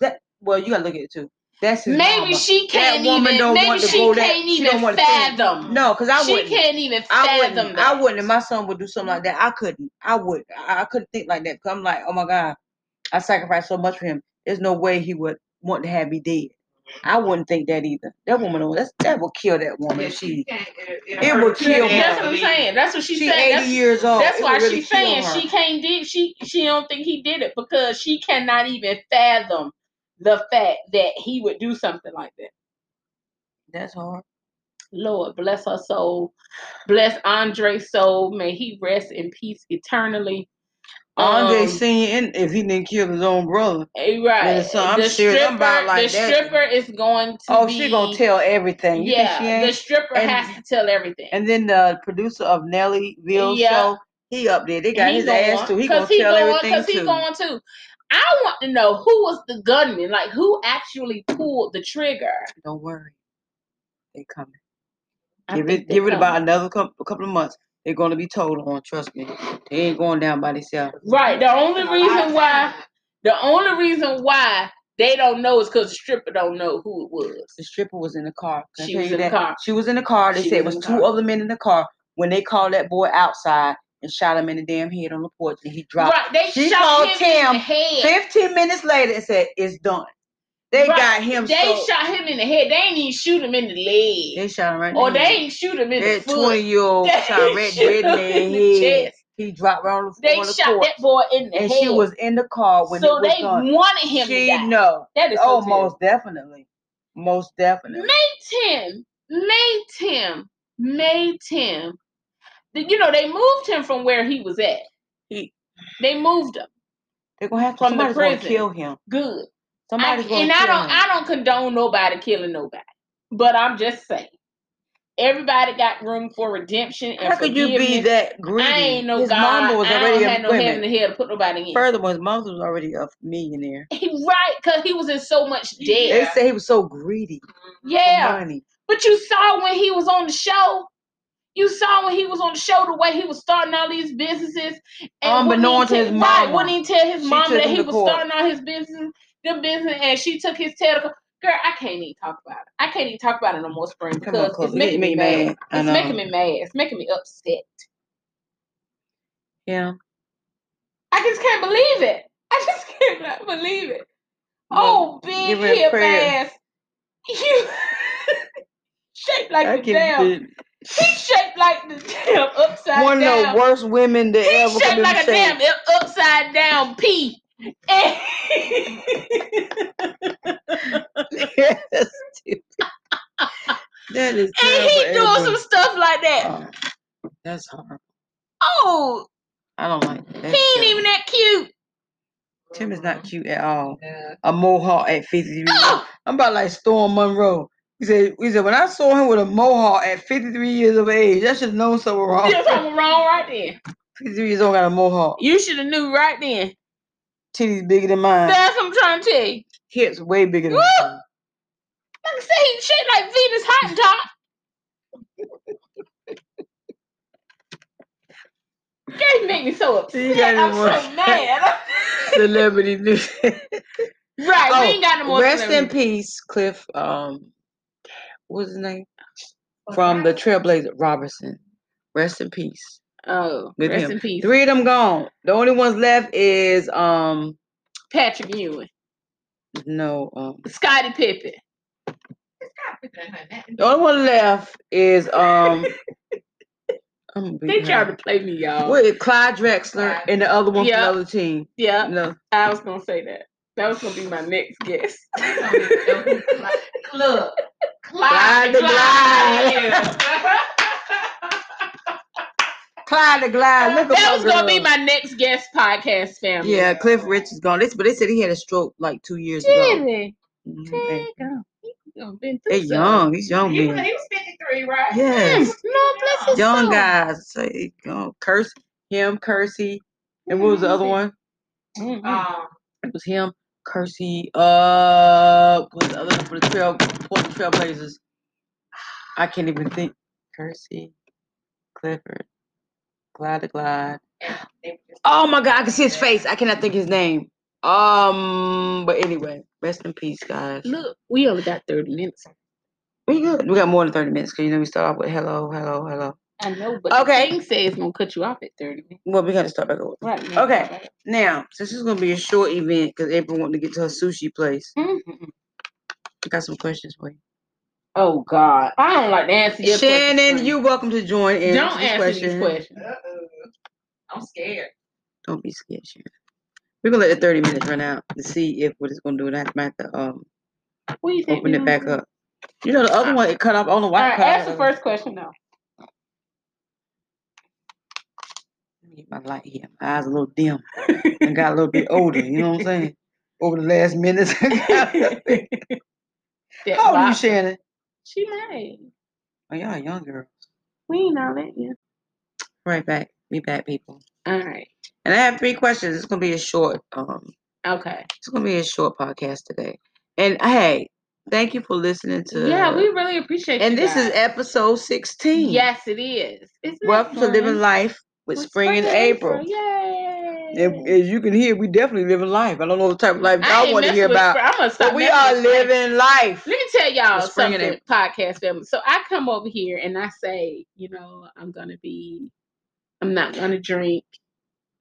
S1: That well, you gotta look at it too. That's his
S2: Maybe
S1: mama.
S2: she
S1: That
S2: can't
S1: woman
S2: even.
S1: don't
S2: Maybe
S1: want to
S2: she
S1: go
S2: can't
S1: that. she don't
S2: even
S1: want to think.
S2: fathom.
S1: No, because I
S2: she
S1: wouldn't.
S2: can't even
S1: I
S2: fathom
S1: wouldn't.
S2: that.
S1: I wouldn't. If my son would do something like
S2: Mm-hmm.
S1: that, I couldn't. I would. I, I couldn't think like that. Cause I'm like, oh my God, I sacrificed so much for him. There's no way he would want to have me dead. I wouldn't think that either. That woman, that's, that will kill that woman.
S3: Yeah,
S1: if she
S3: she can't. It, it,
S1: It
S3: hurt
S1: would
S3: too
S1: kill
S3: bad.
S2: That's
S1: her.
S2: what I'm saying. That's what she,
S1: she
S2: said.
S1: 80
S2: That's,
S1: ye's old.
S2: that's
S1: Oh, it
S2: why
S1: would really
S2: she's saying
S1: kill her.
S2: she can't did she she don't think he did it because she cannot even fathom the fact that he would do something like that.
S1: That's hard.
S2: Lord bless her soul. Bless Andre's soul. May he rest in peace eternally.
S1: Andre
S2: Um,
S1: Senior, and if he didn't kill his own brother,
S2: eh, right.
S1: Man, so I'm
S2: the
S1: serious. I'm
S2: stripper,
S1: about like
S2: the
S1: that.
S2: stripper is going to
S1: oh,
S2: be
S1: she gonna tell everything. You think she
S2: Yeah,
S1: ain't?
S2: the stripper
S1: And-
S2: has to tell everything.
S1: And then the producer of Nelly Ville's
S2: Yeah.
S1: show, he up there. They got
S2: he
S1: his
S2: going,
S1: ass too. He
S2: 'cause
S1: gonna tell
S2: going,
S1: everything
S2: Cause
S1: too.
S2: he going too. I want to know who was the gunman, like who actually pulled the trigger.
S1: Don't worry, they coming.
S2: I
S1: Give
S2: think
S1: it,
S2: they
S1: give it
S2: coming.
S1: about another couple, couple of months. They're gonna be told on. Trust me, they ain't going down by themselves.
S2: right. The only reason why The only reason why they don't know is because the stripper don't know who it was.
S1: The stripper was in the car. Can I
S2: She
S1: tell
S2: was
S1: you
S2: in the
S1: that?
S2: car.
S1: She was in the car. They
S2: She
S1: said it
S2: was
S1: was
S2: in the
S1: two
S2: car.
S1: other men in the car when they called that boy outside and shot him in the damn head on the porch and he dropped.
S2: Right. They
S1: She
S2: shot
S1: called
S2: him in
S1: Tim
S2: the head.
S1: 15 minutes later and said, It's done. They
S2: Right.
S1: got him.
S2: They
S1: so-
S2: shot him in the head. They ain't even shoot him in the leg.
S1: they shot him right
S2: Or
S1: in the
S2: they
S1: head.
S2: ain't shoot him in
S1: That
S2: the foot.
S1: 20 year old
S2: <laughs> They
S1: shot
S2: <laughs>
S1: Red
S2: shoot
S1: Redden
S2: him
S1: in
S2: in
S1: the
S2: the
S1: head.
S2: chest.
S1: He dropped right on the,
S2: They
S1: on the
S2: shot
S1: court.
S2: that boy in the
S1: and
S2: head.
S1: she was in the car when
S2: so
S1: it was
S2: they
S1: done.
S2: wanted him
S1: she
S2: to die.
S1: know.
S2: That is so
S1: Oh,
S2: terrible.
S1: most definitely. Most definitely.
S2: made Tim, made Tim, made Tim. Th- You know, they moved him from where he was at.
S1: He-
S2: they moved him.
S1: They're gonna have to,
S2: From the
S1: somebody's gonna
S2: prison.
S1: kill him.
S2: Good. I,
S1: Somebody's gonna
S2: and I
S1: kill
S2: don't,
S1: him.
S2: I don't condone nobody killing nobody. But I'm just saying, everybody got room for redemption and
S1: How could you be
S2: forgiveness.
S1: that greedy?
S2: I ain't no
S1: his
S2: God.
S1: mama was
S2: I
S1: already
S2: don't
S1: a
S2: have no heaven
S1: women.
S2: to hell to put nobody in.
S1: Furthermore, his mother was already a millionaire.
S2: He, right, because he was in so much
S1: They
S2: debt.
S1: say he was so greedy for
S2: Yeah.
S1: money.
S2: But you saw when he was on the show. You saw when he was on the show the way he was starting all these businesses. wouldn't
S1: Um, Unbeknown
S2: he
S1: to
S2: te-
S1: his
S2: right,
S1: mama.
S2: Wouldn't he tell his
S1: She
S2: mama
S1: took
S2: that
S1: him
S2: he
S1: to
S2: was
S1: court.
S2: starting all his business, the business, and she took his tail to co- Girl, I can't even talk about it. I can't even talk about it no more, Spring,
S1: Come on,
S2: because
S1: Chloe.
S2: it's making
S1: You
S2: me
S1: get
S2: mad.
S1: I
S2: It's
S1: know.
S2: making me mad. It's making me upset.
S1: Yeah.
S2: I just can't believe it. I just <laughs> cannot believe it.
S1: Well,
S2: Oh, big
S1: give her a
S2: hip
S1: prayer.
S2: ass. <laughs> You <laughs> shaped like
S1: I
S2: the
S1: can
S2: damn.
S1: be-
S2: He shaped like the damn upside
S1: one
S2: down.
S1: of the worst women that
S2: He
S1: ever could
S2: shaped
S1: be
S2: like a damn
S1: saved.
S2: u- upside down P.
S1: <laughs>
S2: And
S1: <laughs> Yes,
S2: <laughs>
S1: stupid. that is
S2: and
S1: terrible.
S2: he doing some
S1: Edwin.
S2: stuff like that.
S1: Oh, that's horrible.
S2: Oh,
S1: I don't like that.
S2: he ain't even that cute.
S1: Tim is not cute at
S2: <laughs>
S1: all. A mohawk at 53.
S2: Oh,
S1: I'm about like Storm Monroe. He said, he said, when I saw him with a mohawk at 53 years of age, I should have known something wrong. <laughs>
S2: there's something wrong right then.
S1: 53 years old got a mohawk.
S2: You should have knew right then.
S1: Titties bigger than mine.
S2: That's what I'm trying to tell you.
S1: Hips way bigger than
S2: Woo!
S1: mine.
S2: Like I said, he shaped like Venus hot
S1: <laughs>
S2: top. That make me so upset.
S1: You got
S2: I'm
S1: any more-
S2: so mad.
S1: <laughs> Celebrity news.
S2: right,
S1: Oh,
S2: we ain't got no <laughs> more.
S1: Rest in
S2: celebrities.
S1: peace, Cliff. Um, what was his name? From the Trailblazer Robertson. Rest in peace.
S2: Oh,
S1: with
S2: rest
S1: him.
S2: in peace,
S1: Three of them gone. The only ones left is um
S2: Patrick Ewing,
S1: no um
S2: Scottie Pippen.
S1: the only one left is
S2: <laughs>
S1: um I'm gonna
S2: They
S1: beat
S2: tried
S1: her.
S2: to play me, y'all.
S1: What is Clyde Drexler and the other one
S2: Yeah.
S1: from the other team?
S2: Yeah,
S1: No,
S2: I was gonna say that. That was gonna be my next guess.
S3: Look,
S1: Clyde
S3: Clyde
S1: the
S3: the
S1: Glide. <laughs>
S3: Glide.
S1: Clyde the Glide.
S2: <laughs>
S1: Look at
S2: that
S1: my
S2: was gonna be
S1: girl.
S2: my next guest podcast family.
S1: Yeah, Cliff Rich is gone. This, but they said he had a stroke like two years ago.
S2: Really?
S1: Mhm,
S2: Dang,
S1: they-
S2: girl. You been through
S1: They
S2: something.
S1: young. These young
S3: He was,
S1: men.
S3: he was 53, right?
S1: Yes.
S2: Mm, Lord bless his
S1: Young
S2: soul.
S1: guys. So they gone. Curse him. Cursey. And what was the other one?
S2: Mm, mm.
S3: Um,
S1: It was him, Kersey, uh, was the other for the trail for the Trailblazers. I can't even think. Kersey, Clifford, Glide to Glide.
S3: and they just-
S1: Oh my God, I can see his face. I cannot think his name. Um, but anyway, rest in peace, guys.
S2: Look, we only got thirty minutes.
S1: We good. We got more than thirty minutes because you know we start off with hello, hello, hello.
S2: I know, but okay.
S1: Okay.
S2: the king says it's gonna cut you off at thirty minutes.
S1: Well, we got to start back over.
S2: Right. man,
S1: Okay.
S2: right.
S1: Now, since this is gonna be a short event because April wanted to get to her sushi place,
S2: Mhm.
S1: I got some questions for you.
S2: Oh God, I don't like to answer your questions,
S1: Shannon,
S2: friend.
S1: you're welcome to join in.
S2: don't
S1: to this
S2: answer these
S1: question.
S2: questions.
S3: Uh-oh. I'm scared.
S1: Don't be scared, Sharon. We're gonna let the thirty minutes run out to see if what it's gonna do. And I might have to um
S2: What do you think?
S1: open
S2: we
S1: it
S2: gonna
S1: back
S2: do?
S1: up. You know the other one it cut off on the
S2: All
S1: white
S2: right,
S1: cut
S2: ask
S1: off.
S2: the first question now.
S1: Let me get my light here. My eyes a little dim. I got a little bit older. You know what I'm saying? Over the last minutes. <laughs>
S2: That
S1: How old are you,
S2: box-
S1: Shannon?
S2: She might.
S1: Oh, y'all a young girl.
S2: We ain't all that yet.
S1: Right back. Be back, people.
S2: All right.
S1: And I have three questions. It's gonna be a short um
S2: Okay.
S1: it's gonna be a short podcast today. And hey, thank you for listening to
S2: Yeah, we really appreciate
S1: and
S2: you
S1: this is
S2: guys.
S1: episome sixteen.
S2: Yes, it is. It's
S1: Welcome to Living Life with Spring and April.
S2: Yay.
S1: And as you can hear, we definitely living life. I don't know what type of life
S2: I
S1: y'all
S2: ain't
S1: want to
S2: messing
S1: hear
S2: with
S1: about,
S2: spring. I'm gonna stop
S1: but we
S2: messing
S1: are
S2: with spring.
S1: living life.
S2: Let me tell y'all
S1: The spring
S2: something,
S1: and
S2: podcast family. So I come over here and I say, you know, I'm gonna be, I'm not gonna drink,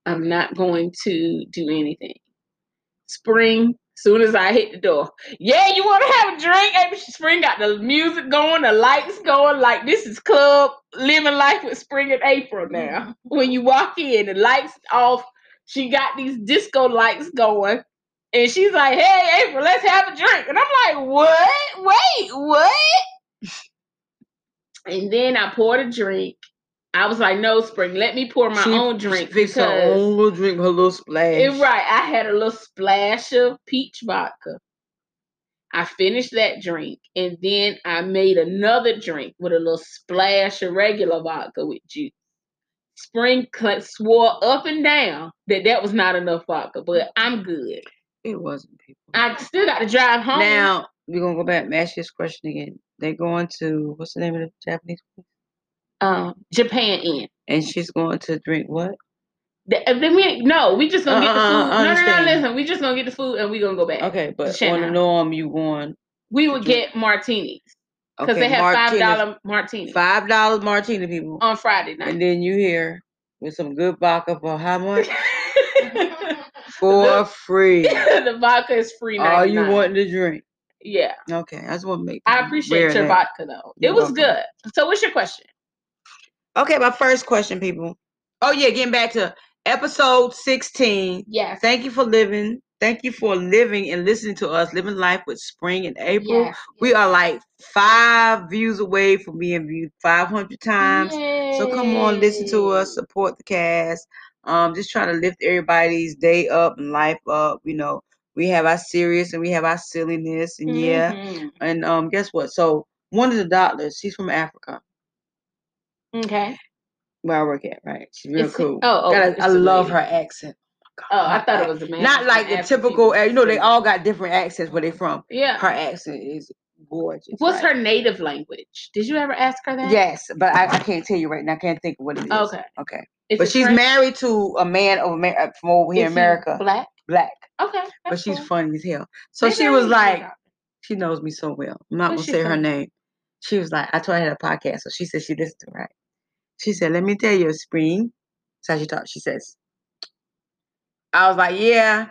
S2: I'm not going to do anything. Spring, soon as I hit the door, yeah, you want to have a drink? Hey, Spring got the music going, the lights going. Like this is club living life with Spring and April
S1: Mm-hmm.
S2: now. When you walk in, the lights off. She got these disco lights going. And she's like, hey, April, let's have a drink. And I'm like, what? Wait, what? And then I poured a drink. I was like, no, Spring, let me pour my
S1: She
S2: own drink.
S1: Fix her
S2: because
S1: own little drink with her little splash.
S2: it, right. I had a little splash of peach vodka. I finished that drink. And then I made another drink with a little splash of regular vodka with juice. Spring cl- swore up and down that that was not enough vodka, but I'm good.
S1: It wasn't people.
S2: I still got to drive home.
S1: Now we're gonna go back and ask you this question again. They're going to what's the name of the Japanese place?
S2: um, Japan in.
S1: And she's going to drink what?
S2: Th- and Then we no, we just gonna get the
S1: Uh-uh,
S2: food.
S1: I
S2: no, no,
S1: understand.
S2: no, listen, we just gonna get the food and we gonna go back.
S1: Okay, but on the
S2: Shanghai.
S1: norm you going
S2: We would
S1: Did you-
S2: get martinis because
S1: okay,
S2: they have five
S1: martinis.
S2: dollar Oh, martinis
S1: five dollars martini people.
S2: on Friday
S1: <laughs>
S2: night. <laughs>
S1: and then you here with some good vodka for how much?
S2: The-
S1: for
S2: <laughs>
S1: free.
S2: the vodka is free.
S1: All Oh, you
S2: 99.
S1: want to drink.
S2: Yeah,
S1: Okay, I just want to make.
S2: I
S1: people aware
S2: appreciate
S1: of
S2: your
S1: that.
S2: vodka though.
S1: You're
S2: it was
S1: welcome.
S2: good. So, what's your question?
S1: Okay, my first question, people. Oh yeah, getting back to episode sixteen.
S2: Yes.
S1: Thank you for living. Thank you for living and listening to us living life with Spring and April.
S2: Yes.
S1: We are like five views away from being viewed five hundred times. So come on, listen to us,
S2: Yay.
S1: support the cast. Um, just trying to lift everybody's day up and life up. You know, we have our serious and we have our silliness, and yeah,
S2: Mhm.
S1: and um, guess what? So one of the doctors, she's from Africa
S2: Okay.
S1: where I work at, right? She's real
S2: It's-
S1: cool.
S2: oh, oh,
S1: Got a-
S2: it's
S1: I
S2: a
S1: love
S2: lady.
S1: her accent.
S2: Oh, I thought it was a man.
S1: Not like the typical, eh, you know, they all got different accents where they from.
S2: Yeah.
S1: Her accent is gorgeous.
S2: What's
S1: right?
S2: her native language? Did you ever ask her that?
S1: Yes, but I, I can't tell you right now. I can't think of what it is.
S2: Okay.
S1: Okay.
S2: Is
S1: but
S2: it
S1: she's
S2: French?
S1: married to a man over Amer- uh, from over here
S2: Is
S1: in
S2: he
S1: America,
S2: Black.
S1: black.
S2: Okay.
S1: But
S2: that's
S1: she's
S2: cool.
S1: funny as hell. So
S2: Maybe
S1: she
S2: I
S1: was
S2: need to check
S1: like,
S2: out.
S1: she knows me so well. I'm not
S2: What's
S1: gonna
S2: she
S1: say her
S2: say?
S1: name. She was like, I told her I had a podcast, so she said she listened to it, right. She said, Let me tell you, Spring. That's how she talked. She says, I was like, Yeah.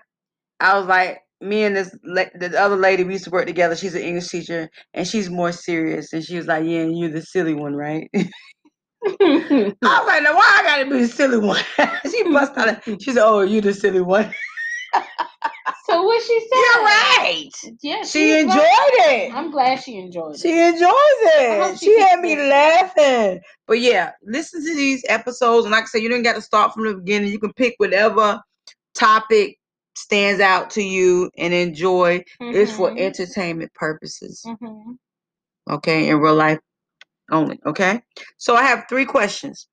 S1: I was like, me and this la- the other lady we used to work together. She's an English teacher, and she's more serious. And she was like, "Yeah, and you're the silly one, right?" <laughs> I was like, "Now why I gotta be the silly one?" <laughs> she bust out. a- She said, "Oh, you the silly one."
S2: <laughs> so what she said?
S1: you're right.
S2: Yeah.
S1: She
S2: was
S1: enjoyed
S2: black.
S1: it.
S2: I'm glad she enjoyed it.
S1: She enjoys
S2: I
S1: it.
S2: hope she
S1: She had
S2: keeps
S1: me
S2: listening.
S1: laughing. But yeah, listen to these episodes. And like I said, you didn't got to start from the beginning. You can pick whatever topic stands out to you and enjoy. <laughs> It's for
S2: Mhm,
S1: entertainment purposes.
S2: mhm.
S1: Okay, in real life only. Okay. So I have three questions.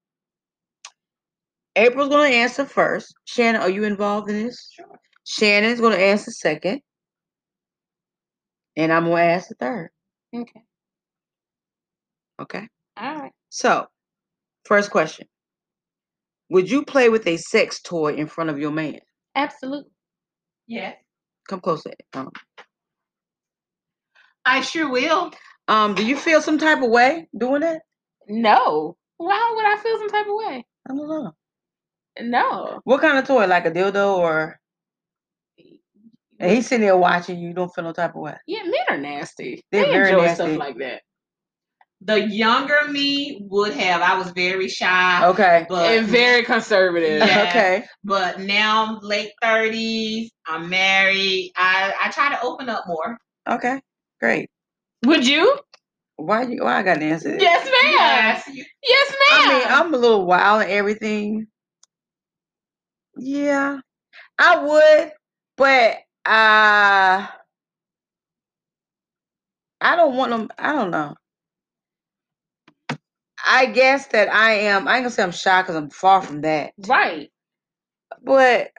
S1: April's gonna answer first. Shannon, are you involved in this?
S3: Sure.
S1: Shannon's gonna answer second. And I'm gonna ask the third.
S2: Okay.
S1: Okay.
S2: All right.
S1: So, first question Would you play with a sex toy in front of your man?
S2: Absolutely.
S3: Yes.
S1: Come closer. Um,
S3: I sure will.
S1: um, do you feel some type of way doing that?
S2: No. Why would I feel some type of way?
S1: I don't know.
S2: No.
S1: What kind of toy? Like a dildo or. And he's sitting there watching you, don't feel no type of way.
S2: Yeah, men are nasty.
S1: They're
S2: they
S1: very
S2: enjoy
S1: nasty.
S2: stuff like that.
S3: The younger me would have. I was very shy,
S1: Okay.
S3: but
S2: and very conservative.
S3: <laughs> Yeah.
S1: Okay.
S3: but now I'm late thirties. I'm married. I I try to open up more.
S1: Okay. Great.
S2: Would you?
S1: Why you why I gotta answer this?
S2: Yes, ma'am.
S3: Yes, you-
S2: Yes,
S1: I mean,
S2: ma'am.
S1: I'm a little wild and everything. Yeah, I would, but uh, I don't want them. I don't know. I guess that I am. I ain't gonna say I'm shy because I'm far from that, <laughs>
S2: right.
S1: but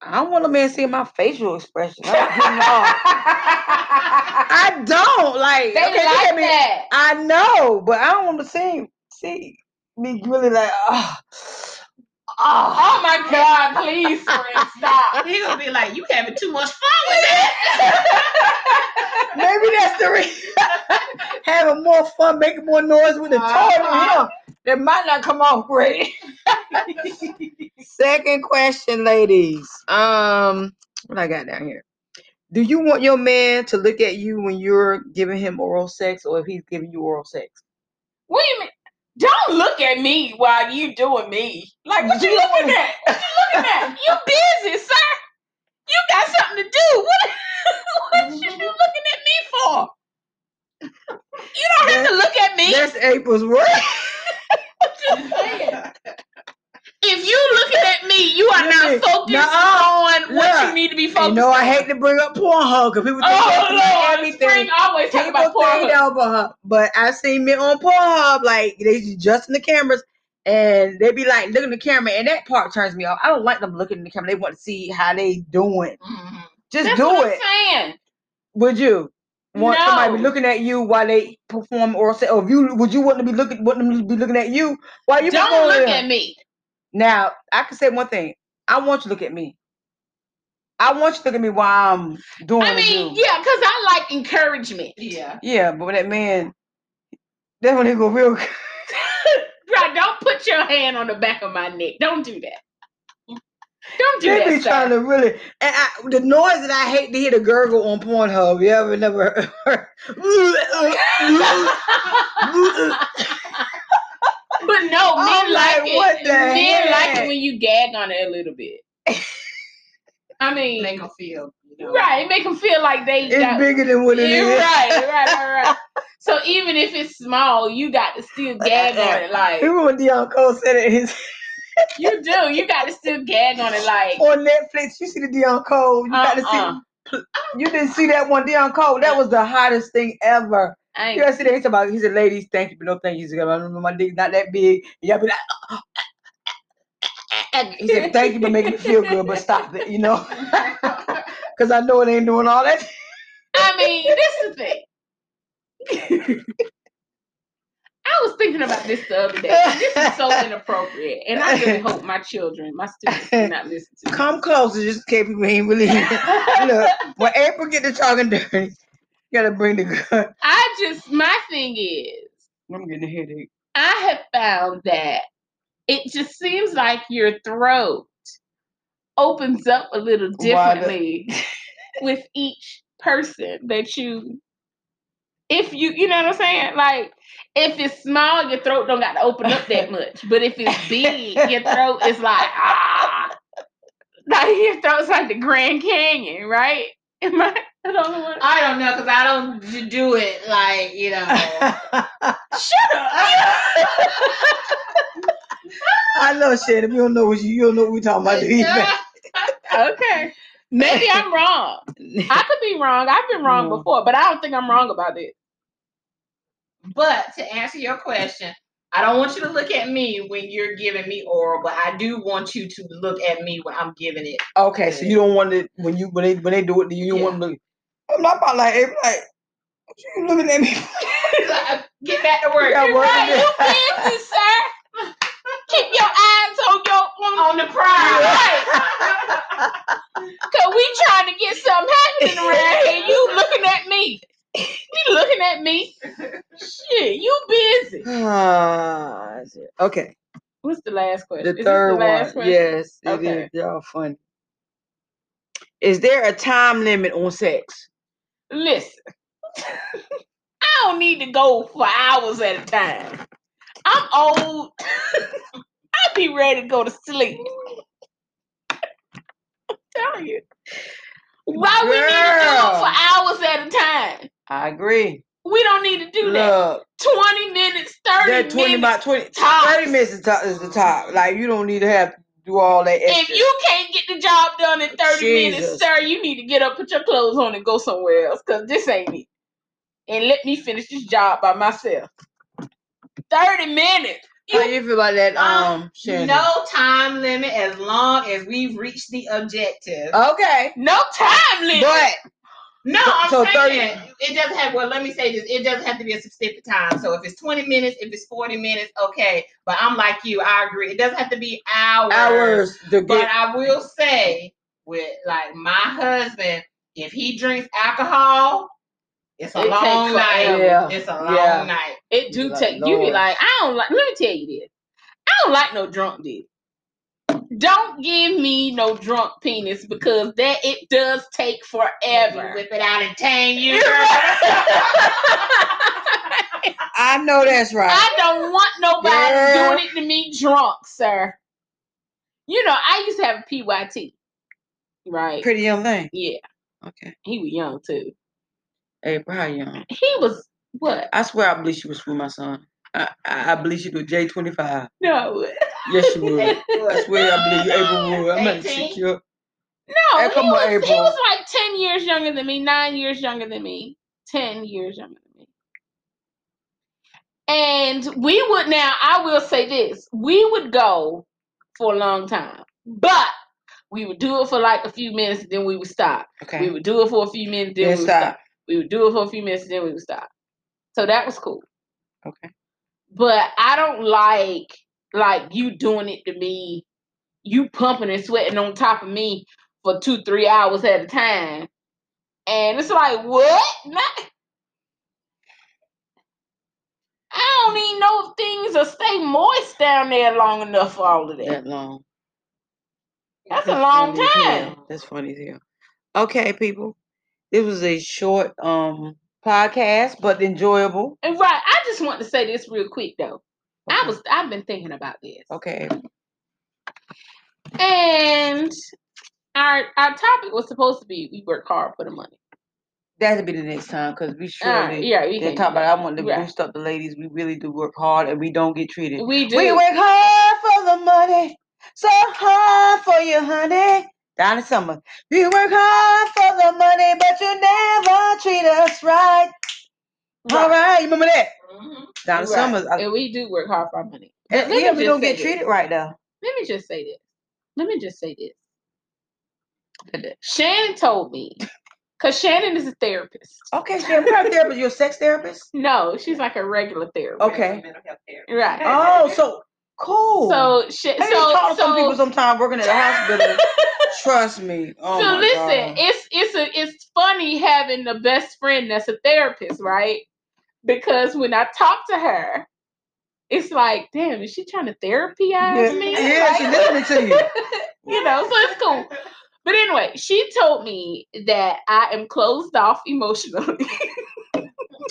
S1: I don't want a man seeing my facial expression. I don't, give 'em all. <laughs> I don't like.
S2: They
S1: okay, look
S2: like
S1: at me.
S2: that.
S1: I know, but I don't want to see see me really like. Oh,
S3: Oh,
S2: Oh my God, please, friend, stop. <laughs>
S3: he gonna be like, you having too much fun with that.
S2: <laughs>
S1: Maybe that's the reason. <laughs> Having more fun, making more noise with a toy
S2: Uh-huh.
S1: on him that might not come off great.
S2: <laughs>
S1: Second question, ladies. Um, what I got down here. Do you want your man to look at you when you're giving him oral sex or if he's giving you oral sex?
S2: What do you mean? Don't look at me while you doing me. Like what you
S1: Yeah.
S2: looking at? What you looking at?
S1: <laughs>
S2: You busy, sir. You got something to do. <laughs> What, what you
S1: Mm-hmm.
S2: looking at me for? You don't have to look at me.
S1: That's April's word. <laughs>
S2: If you looking at me, you are
S1: Listen,
S2: not focused
S1: nuh-uh.
S2: on what
S1: Look,
S2: you need to be focused
S1: You know I
S2: on.
S1: hate to bring up Pornhub because people think
S2: Oh
S1: that's like
S2: Lord,
S1: everything.
S2: Spring always talking
S1: People
S2: about
S1: think
S2: Pornhub.
S1: over her, but I seen men on Pornhub like they just adjusting the cameras and they be like looking at the camera and that part turns me off. I don't like them looking at the camera. They want to see how they doing.
S3: Mhm.
S1: Just Mm-hmm.
S2: That's
S1: do
S2: what
S1: it.
S2: I'm saying.
S1: Would you want somebody
S2: No.
S1: looking at you while they perform or say, or if you would you want to be looking want them to be looking at you while you
S2: Don't
S1: performing?
S2: look at me.
S1: Now I can say one thing. I want you to look at me. I want you to look at me while I'm doing.
S2: I
S1: what
S2: mean,
S1: do.
S2: yeah, because I like encouragement.
S3: Yeah.
S1: Yeah, but when that man, that when he go real. <laughs>
S2: Bro, don't put your hand on the back of my neck. Don't do that. Don't do
S1: They be
S2: that,
S1: trying
S2: sir.
S1: to really, and I, the noise that I hate to hear the gurgle on Pornhub. You ever never
S2: <laughs>
S1: heard? <laughs>
S2: but no, men
S1: I'm
S2: like,
S1: like,
S2: it.
S1: what the
S2: men like
S1: heck?
S2: it when you gag on it a little
S1: <laughs>
S2: bit. I mean,
S3: Make them feel you know.
S2: right? It make them feel like they
S1: It's
S2: got.
S1: bigger than what it
S2: You're
S1: is. <laughs>
S2: right, right, right, right. <laughs> So even if it's small, you got to still gag on it. Like
S1: Remember when Dion Cole said it
S2: <laughs>
S1: his,
S2: you do, you got to still gag on it. Like
S1: on Netflix? You see the Dion Cole? You got to
S2: uh-uh.
S1: see. You didn't see that one, Dion Cole. That was the hottest thing ever.
S2: I
S1: You
S2: ain't
S1: gotta see that. He's talking about. He said, "Ladies, thank you, but no thank you." I remember my dick not that big. And Y'all be like, "Uh, he said, "Thank you for making me feel good, but stop it," you know, <laughs> because I know it ain't doing all that.
S2: I mean, this is the thing. I was thinking about this the other day. and This is
S1: <laughs>
S2: so inappropriate, and I really hope my children, my students, do not listen to.
S1: Come closer, just in case people ain't really. Look, when April get the talking dirty, you gotta bring the gun.
S2: I just my thing is,
S1: I'm getting a headache.
S2: I have found that it just seems like your throat opens up a little
S1: Wider. <laughs>
S2: differently <laughs> with each person that you if you you know what I'm saying? Like if it's small, your throat don't got to open up that
S3: <laughs>
S2: much. But if it's big, your throat is like ah like your throat's like the Grand Canyon, right? <laughs> Am I I don't know what
S3: I don't know because I don't d- do it like
S1: <laughs>
S3: you know.
S2: shut up.
S1: I know, Shannon. If you don't know what you, you don't know what we talking about. do you?
S2: okay. <laughs> Maybe I'm wrong. I could be wrong. I've been wrong
S3: Mm-hmm.
S1: No.
S2: before, but I don't think I'm wrong about it.
S3: But to answer your question, I don't want you to look at me when you're giving me oral, but I do want you to look at me when I'm giving it. <laughs>
S1: Okay, so you don't want it when you when they when they do it to you, you don't want to look. I'm not about like April. Like, what you looking at me?
S2: <laughs>
S1: for?
S3: Get back to work.
S1: Yeah,
S2: You're
S1: work
S2: right.
S1: it
S2: You fancy, sir. Keep your eyes on your on,
S3: On the prize.
S2: right. Cause we trying to get something happening around here. You looking at me. You looking at me. Shit, you busy.
S1: Ah, shit. okay.
S2: What's the last question?
S1: The
S2: Is this
S1: third
S2: last
S1: one.
S2: question?
S1: Yes, it
S2: Okay.
S1: is. Y'all funny. Is there a time limit on sex?
S2: Listen, <laughs> I don't need to go for hours at a time. I'm old. <laughs> I'll be ready to go to sleep. Tell you. Why we need to do it
S1: Girl.
S2: for hours at a time?
S1: I agree.
S2: We don't need to do that.
S1: Look,
S2: 20 minutes, 30
S1: that 20
S2: minutes.
S1: about 20,
S2: tops.
S1: 30 minutes is, to- is the top. Like, you don't need to have to do all that
S2: If
S1: extra.
S2: you can't get the job done in 30 minutes,
S1: Jesus.
S2: sir, you need to get up, put your clothes on, and go somewhere else because this ain't it. And let me finish this job by myself. 30 minutes.
S1: How you feel about
S2: Uh,
S1: that, um, Shannon?
S3: No time limit as long as we've reached the objective.
S1: Okay.
S2: No time limit.
S1: But
S3: No, I'm
S1: So
S3: saying
S1: 30
S3: it doesn't have. Well, let me say this: it doesn't have to be a specific time. So if it's 20 minutes, if it's 40 minutes, okay. But I'm like you, I agree. It doesn't have to be hours.
S1: hours to
S3: But
S1: get
S3: I will say, with like my husband, if he drinks alcohol, it's a
S2: It takes
S3: long night.
S2: forever.
S1: Yeah.
S3: It's a long
S1: Yeah.
S3: night.
S2: It do
S1: Like,
S2: take you be
S1: Lord.
S2: like, I don't like let me tell you this. I don't like no drunk dick. Don't give me no drunk penis because that it does take
S3: You
S2: forever.
S3: Whip it out in 10
S2: You're
S3: years.
S2: right.
S1: I know that's right.
S2: I don't want nobody
S1: Girl.
S2: doing it to me drunk, sir. You know, I used to have a PYT. Right.
S1: Pretty young thing.
S2: Yeah.
S1: Okay.
S2: He was young too.
S1: April, how young?
S2: He was what?
S1: I swear I believe she was from my son. I, I, I believe she was J25.
S2: No.
S1: Yes, she
S2: <laughs>
S1: would. I swear I believe you, April would. I'm not
S3: 18?
S1: shit you up.
S2: No,
S1: Hey,
S2: he,
S1: come on,
S2: was, he
S1: April.
S2: was like 10 years younger than me, nine years younger than me, 10 years younger than me. And we would now, I will say this we would go for a long time, but we would do it for like a few minutes, then we would stop. We
S1: Okay.
S2: would do it for a few minutes, then
S1: Then
S2: we would
S1: stop.
S2: stop. We would do it for a few minutes, then we would stop. So that was cool.
S1: Okay.
S2: But I don't like like you doing it to me, you pumping and sweating on top of me for two, three hours at a time. And it's like, what? Not- I don't even know if things will stay moist down there long enough for all of that.
S1: That long.
S2: That's a long
S1: funny as hell.
S2: time.
S1: That's funny as hell. Okay, people. This was a short um podcast, but enjoyable.
S2: And right, I just want to say this real quick though. I was I've been thinking about this.
S1: okay.
S2: And our our topic was supposed to be we work hard for the money.
S1: That'll be the next time because we surely
S2: All right, yeah, we
S1: didn't
S2: can
S1: talk about. It. I want to
S2: Right.
S1: boost up the ladies. We really do work hard, and we don't get treated.
S2: We do.
S1: We work hard for the money, so hard for you, honey. Donna Summer. We work hard for the money, but you never treat us right. All
S2: Right,
S1: right, you remember that?
S3: Mhm.
S1: Donna
S2: right.
S1: Summers. I-
S2: Mm-hmm. And we do work hard for our money. But let me
S1: yeah, we
S2: just
S1: don't
S2: say
S1: get
S2: this.
S1: treated right though.
S2: Let me just say this. Let me just say this. Shannon told me, because Shannon is a therapist.
S1: Okay, Sam, you're a therapist. You're a sex
S2: <laughs>
S1: therapist?
S2: No, she's like a regular therapist.
S1: <laughs> Okay.
S2: <laughs>
S3: Mental health care.
S2: Right.
S1: Oh, so cool.
S2: So shit.
S1: I
S2: So
S1: need to talk
S2: so,
S1: to some people sometime working at a
S2: <laughs>
S1: hospital. Trust me. Oh
S2: so
S1: my
S2: listen,
S1: God.
S2: it's it's a, it's funny having the best friend that's a therapist, right? Because when I talk to her, it's like, damn, is she trying to therapize
S1: yeah,
S2: me?
S1: yeah, she
S2: Like,
S1: listening to
S2: <laughs>
S1: you.
S2: you know, so it's cool. But anyway, she told me that I am closed off emotionally, <laughs>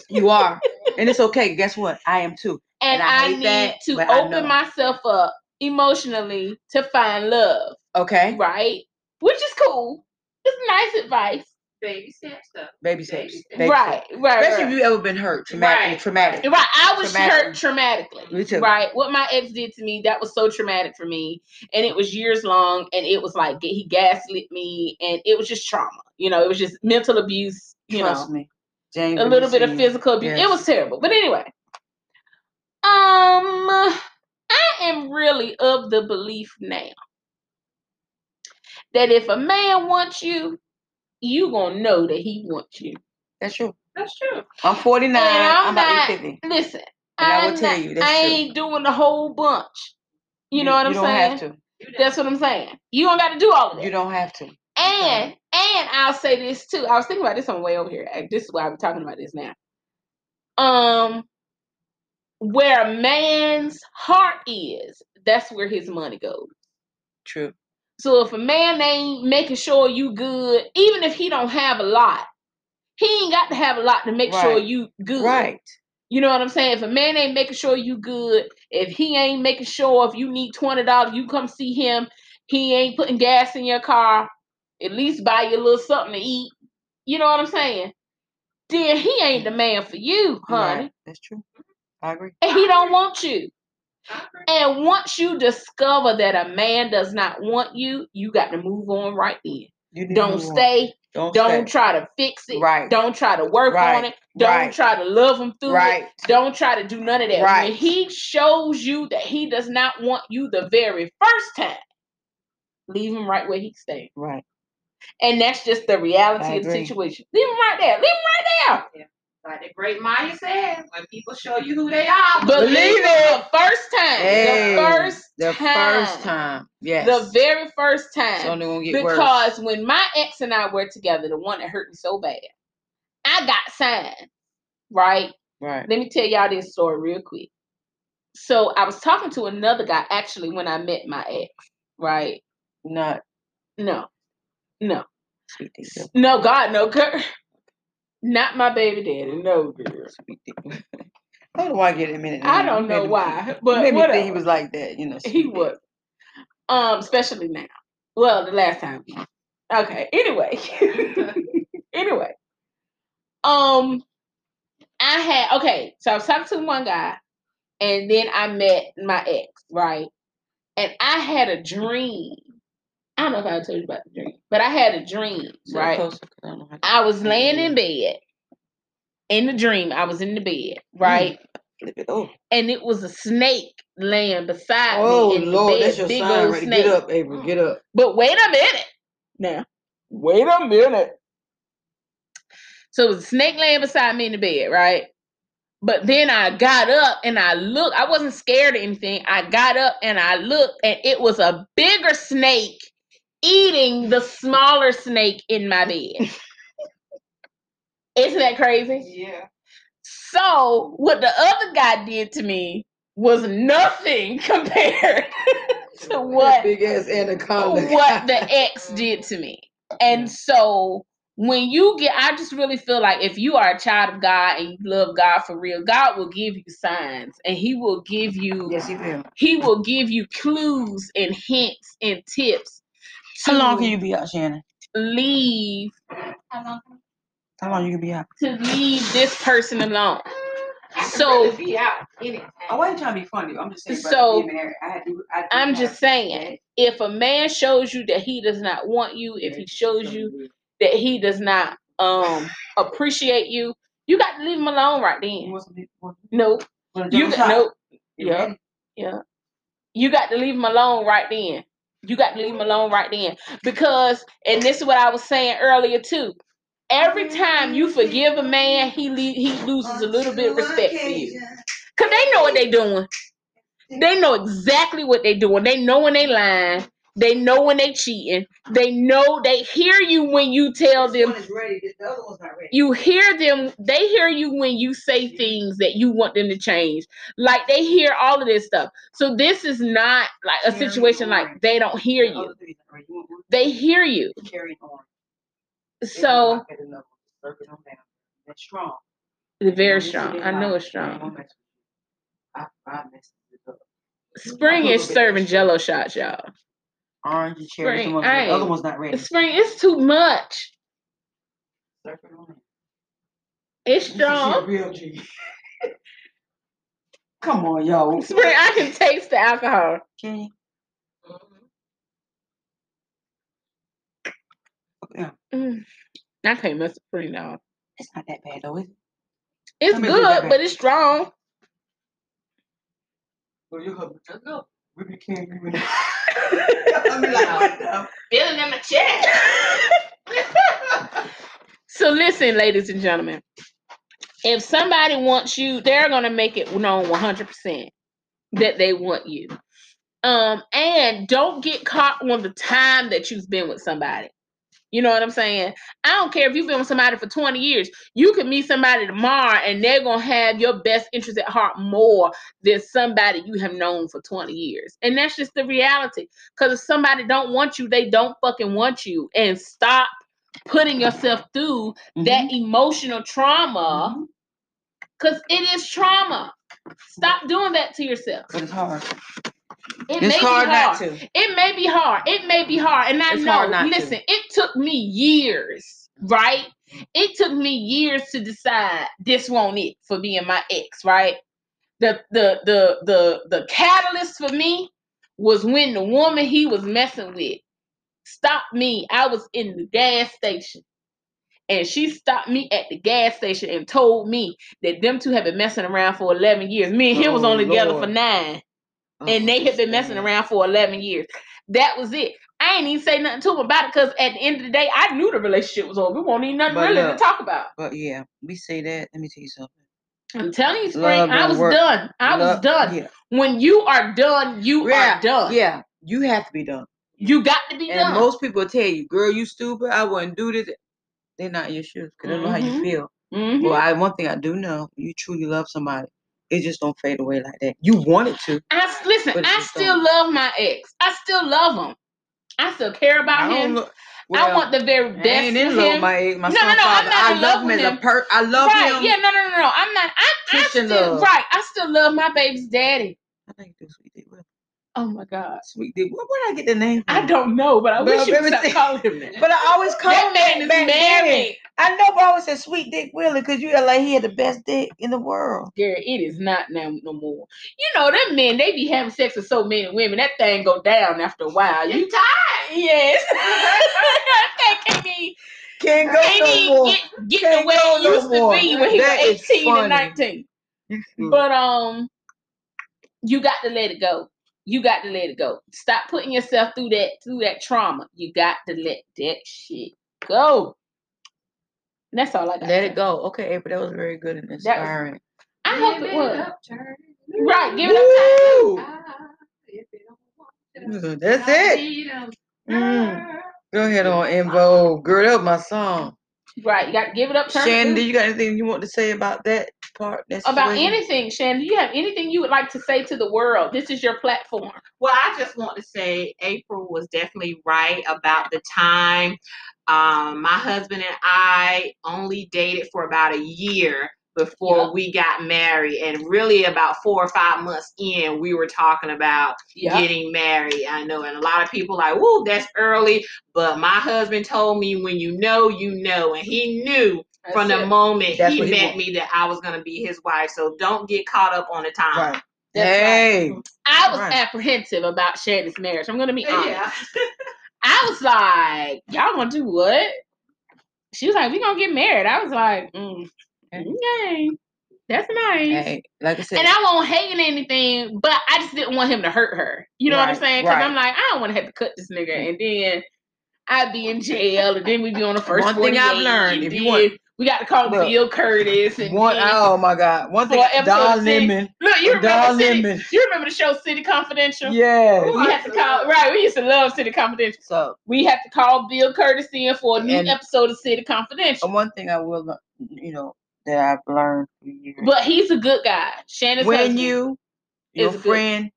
S1: You are, and it's okay. Guess what? I am too. And
S2: and,
S1: I
S2: I,
S1: hate
S2: need
S1: that,
S2: to
S1: but I know.
S2: open myself up emotionally to find love.
S1: Okay,
S2: right? Which is cool. It's nice advice.
S3: Baby steps though.
S1: baby sex, baby
S2: right,
S1: sex.
S2: right,
S1: Especially if
S2: right.
S1: you ever been hurt, traumatic, eh,
S3: Right.
S1: traumatic.
S2: Right, I was
S1: Traumatic.
S2: hurt traumatically.
S1: Me too.
S2: Right, what my ex did to me, that was so traumatic for me, and it was years long, and it was like he gaslit me, and it was just trauma. You know, it was just mental abuse. You
S1: Trust
S2: know,
S1: me, James.
S2: a
S1: when
S2: little
S1: we
S2: bit
S1: see
S2: of
S1: you.
S2: physical abuse.
S1: Yes.
S2: It was terrible. But anyway, um, I am really of the belief now that if a man wants you, you gonna know that he wants you.
S1: That's true.
S3: That's true.
S1: I'm 49.
S2: And I'm
S1: I'm, about
S2: not-
S1: to be 50.
S2: Listen,
S1: And I
S2: I
S1: will
S2: am
S1: tell
S2: not,
S1: you, that's
S2: I
S1: true.
S2: ain't doing the whole bunch. You, know what I'm
S1: you don't
S2: saying?
S1: have to.
S2: That's what I'm saying. You don't got to do all of
S1: You
S2: that.
S1: don't have to.
S2: And and I'll say this too. I was thinking about this on the way over here. Like, This is why I'm talking about this now. Um, where a man's heart is, that's where his money goes.
S1: True.
S2: So if a man ain't making sure you good, even if he don't have a lot, he ain't got to have a lot to make sure
S1: Right.
S2: you good.
S1: Right.
S2: You know what I'm saying? If a man ain't making sure you good, if he ain't making sure if you need twenty dollars, you come see him. He ain't putting gas in your car. At least buy you a little something to eat. You know what I'm saying? Then he ain't the man for you, honey.
S1: Right. That's true. I agree.
S2: And he don't want you.
S3: I agree.
S2: And once you discover that a man does not want you, you got to move on right then.
S1: You need to
S2: Don't
S1: move on.
S2: stay.
S1: Don't,
S2: Don't
S1: stay.
S2: try to fix it.
S1: Right.
S2: Don't try to work
S1: Right.
S2: on it. Don't
S1: Right.
S2: try to love him through it.
S1: Right.
S2: Don't try to do none of that.
S1: Right.
S2: When he shows you that he does not want you the very first time, leave him right where he stands.
S1: Right.
S2: And that's just the reality
S1: I
S2: of the
S1: agree.
S2: situation. Leave them right there. Leave them right
S3: Like the great Maya said, when people show you who they
S2: there.
S3: are,
S2: Believe
S1: Believe
S2: it. The first time.
S1: Hey,
S2: the first
S1: The
S2: time.
S1: first time. Yes.
S2: The very first time.
S1: it's only gonna get worse.
S2: because when my ex and I were together, the one that hurt me so bad, I got signed. Right?
S1: Right.
S2: Let me tell y'all this story real quick. So I was talking to another guy actually when I met my ex. Right?
S1: Not
S2: No, no,
S1: sweet dick. though.
S2: no, God, no, girl. <laughs> Not my baby daddy, no girl.
S1: Sweet dick. I don't know why I get it in a minute.
S2: I
S1: now.
S2: don't
S1: You
S2: know
S1: made me-
S2: why,
S1: you
S2: but
S1: made me think he
S2: whatever.
S1: was like that. You know. sweet
S2: He
S1: dick.
S2: was. Um, especially now. Well, the last time. Okay. Anyway. <laughs> anyway. Um I had okay, so I was talking to one guy and then I met my ex, right? And I had a dream. I don't know if I told you about the dream, but I had a dream,
S1: So
S2: right?
S1: close, 'cause I don't know how to
S2: I was laying in bed. In the dream, I was in the bed, right?
S1: flip it Oh, over.
S2: And it was a snake laying beside
S1: Oh
S2: me in
S1: Lord,
S2: the bed.
S1: that's your
S2: big
S1: sign
S2: old
S1: right
S2: snake.
S1: Get up, Avery. Get up.
S2: But wait a minute. Now, wait a minute. So it was a snake laying beside me in the bed, right? But then I got up and I looked. I wasn't scared or anything. I got up and I looked, and it was a bigger snake eating the smaller snake in my bed. <laughs> Isn't that crazy?
S3: yeah.
S2: So what the other guy did to me was nothing <laughs> compared to what
S1: Big ass anaconda.
S2: <laughs>
S1: <laughs>
S2: Oh, what the ex did to me. And so when you get I just really feel like if you are a child of God and you love God for real, God will give you signs and he will give you
S1: <laughs> yes, he will.
S2: he will give you clues and hints and tips to
S1: How long can you be out, Shannon?
S2: leave
S3: How long?
S1: How long you can be out?
S2: to leave this person alone.
S3: I could
S2: So-
S3: really be out anytime.
S1: I wasn't trying to be funny. I'm just saying.
S2: So,
S1: about being married, I had to, I did
S2: I'm
S1: have-
S2: just saying if a man shows you that he does not want you, if he shows you that he does not um appreciate you, you got to leave him alone right
S1: You
S2: then.
S1: want some- you want-
S2: Nope.
S1: want a double
S2: You got
S1: shot?
S2: nope.
S1: You
S2: Yeah.
S1: ready?
S2: You got to leave him alone right then. You got to leave him alone right then. Because and this is what I was saying earlier too. Every time you forgive a man, he le- he loses a little bit of respect for you. Cause they know what they doing. They know exactly what they doing. They know when they lying. They know when they cheating. They know they hear you when you tell them you hear them they hear you when you say things that you want them to change like they hear all of this stuff so this is not like a
S1: Hearing
S2: situation
S1: more.
S2: like they don't hear
S1: The
S2: you
S1: other three are- you want one?
S2: they hear you
S1: Carry on. They don't
S2: so
S1: like it enough. Slurp it on down. That's strong.
S2: it's
S1: You know,
S2: very
S1: this is
S2: strong
S1: their
S2: i know
S1: life.
S2: it's
S1: I don't
S2: strong
S1: mess with you. I, I mess with you.
S2: spring
S1: I'm a
S2: is
S1: little bit
S2: serving
S1: extra.
S2: jello shots y'all
S1: Orange and cherry. this
S2: Spring,
S1: one's good. The other
S2: aye.
S1: one's not ready.
S2: spring it's too much
S1: Slurp it on down.
S2: it's
S1: You should see a
S2: strong
S1: real G. <laughs> Come on, y'all.
S2: spring i can taste the alcohol
S1: Can you?
S3: Mm-hmm.
S1: Yeah,
S2: Mm. i can't mess with spring now
S1: it's not that bad though, is it?
S2: it's
S1: Let me do that
S2: good but it's strong
S1: Well, you hope just go. We be carrying you <laughs> in. I'm like, what the?
S3: Feeling in my chest.
S2: So listen, ladies and gentlemen, if somebody wants you, they're gonna make it known one hundred percent that they want you. Um, and don't get caught on the time that you've been with somebody. You know what I'm saying? I don't care if you've been with somebody for 20 years. You can meet somebody tomorrow and they're going to have your best interest at heart more than somebody you have known for 20 years. And that's just the reality. Cuz if somebody don't want you, they don't fucking want you and stop putting yourself through
S1: Mm-hmm.
S2: that uh, emotional trauma
S1: Mhm.
S2: because it is trauma. Stop doing that to yourself.
S1: But it's hard.
S2: It
S1: It's
S2: may
S1: hard
S2: be
S1: not
S2: hard.
S1: to.
S2: It may be hard. It may be hard. And I
S1: It's
S2: know,
S1: hard not to.
S2: listen, it took me years, right? It took me years to decide this won't it for me and my ex, right? The the the the the catalyst for me was when the woman he was messing with stopped me. I was in the gas station. And she stopped me at the gas station and told me that them two had been messing around for 11 years. Me and him was
S1: Oh,
S2: only together for
S1: Lord.
S2: nine. and they had been
S1: Mm-hmm.
S2: messing around for 11 years. That was it. I ain't even say nothing to them about it because at the end of the day, I knew the relationship was over. We won't need nothing
S1: But
S2: really
S1: look.
S2: to talk about.
S1: But yeah, we say that. Let me tell you something.
S2: I'm telling you, Spring,
S1: Love
S2: I
S1: don't
S2: was
S1: work.
S2: done. I was
S1: Love-
S2: done.
S1: Yeah,
S2: When you are done, you
S1: Yeah,
S2: are done.
S1: yeah. You have to be done.
S2: You got to be
S1: And
S2: done.
S1: most people tell you, "Girl, you stupid. I wouldn't do this." They're not in your shoes because they know how
S2: Mhm.
S1: you feel.
S2: Mhm.
S1: Well, I one thing I do know: you truly love somebody. It just don't fade away like that. You want it to.
S2: I s- listen.
S1: But
S2: I
S1: you
S2: still
S1: don't.
S2: love my ex. I still love him. I still care about
S1: I
S2: him.
S1: don't look.
S2: I want the very
S1: I
S2: best
S1: ain't in
S2: for
S1: love
S2: him.
S1: my ex, my
S2: No, no,
S1: son
S2: no, I'm
S1: father.
S2: not
S1: I love
S2: in love
S1: him
S2: with
S1: as a
S2: him.
S1: per. I love
S2: right?
S1: him.
S2: Yeah. No, no, no, no. I'm not. I, I
S1: Christian
S2: still
S1: love.
S2: right. I still love my baby's daddy.
S1: I think this sweet dick. What-
S2: Oh my God.
S1: Sweet dick. Where would I get the name? From?
S2: I don't know, Mm. but I
S1: But
S2: wish you would
S1: everything-
S2: <laughs> stop calling him that.
S1: But I always call
S2: That
S1: him
S2: man is
S1: back then.
S2: married.
S1: I know, but I always said Sweet Dick Willie because you act like he had the best dick in the world.
S2: Girl, it is not now no more. You know them men, they be having sex with so many women. That thing go down after a while. You
S3: You tired?
S2: yes. <laughs> that thing can't even,
S1: Can't go
S2: can't
S1: no
S2: even
S1: more.
S2: get, get the
S1: Can't
S2: way
S1: go
S2: it
S1: no
S2: used
S1: more.
S2: to be when he
S1: That
S2: was
S1: is
S2: 18 and
S1: funny. Mm-hmm.
S2: 19. But um, you got to let it go. You got to let it go. Stop putting yourself through that through that trauma. You got to let that shit go. And that's all I got.
S1: Let it go. Okay, April, that was very good and
S2: was-
S1: inspiring.
S2: I hope it was. Right, give it up.
S1: Woo!
S3: That's
S1: Mm, That's it. Mm. Go ahead on in vogue. Girl, that was my song.
S2: Right, you got to give it up. Turn it
S1: Shannon,
S2: loose.
S1: do you got anything you want to say about that part? That's
S2: about anything, Shannon. Do you have anything you would like to say to the world? This is your platform.
S3: Well, I just want to say April was definitely right about the time. Um, my husband and I only dated for about a year before
S2: Yep.
S3: we got married. And really, about four or five months in, we were talking about
S2: Yeah.
S3: getting married. I know, and a lot of people like, "Ooh, that's early." But my husband told me, "When you know, you know," and he knew from the moment
S1: That's
S3: he
S1: what he
S3: met
S1: want.
S3: me that I was going to be his wife. So don't get caught up on the time.
S1: Right.
S2: That's
S1: Hey.
S2: I was
S1: Right.
S2: apprehensive about Shannon's marriage. I'm gonna be honest.
S3: Yeah.
S2: I was like, y'all gonna do what? She was like, we gonna get married. I was like, mm, okay, that's nice.
S1: Hey, like I said.
S2: And I won't hate anything, but I just didn't want him to hurt her. You know what I'm
S1: Right,
S2: saying? Because
S1: right.
S2: I'm like, I don't want to have to cut this nigga, and then I'd be in jail, and then we'd be on the first
S1: One thing I've
S2: 48,
S1: learned,
S2: and
S1: if you
S2: then
S1: want-
S2: we got to call
S1: Look,
S2: Bill Curtis, and
S1: One,
S2: then-
S1: oh my God. One thing,
S2: For episode
S1: Don
S2: six.
S1: Lemon.
S2: look, you
S1: Don
S2: remember City,
S1: Lemon.
S2: you remember the show City Confidential?
S1: Yeah.
S2: We had to call right. We used to love City Confidential.
S1: So,
S2: we have to call Bill Curtis in for a new
S1: And-
S2: episode of City Confidential.
S1: and uh, one thing I will, lear- you know, that I've learned for years.
S2: But he's a good guy. Shannon's
S1: when
S2: husband.
S1: you, your
S2: is good.
S1: friend,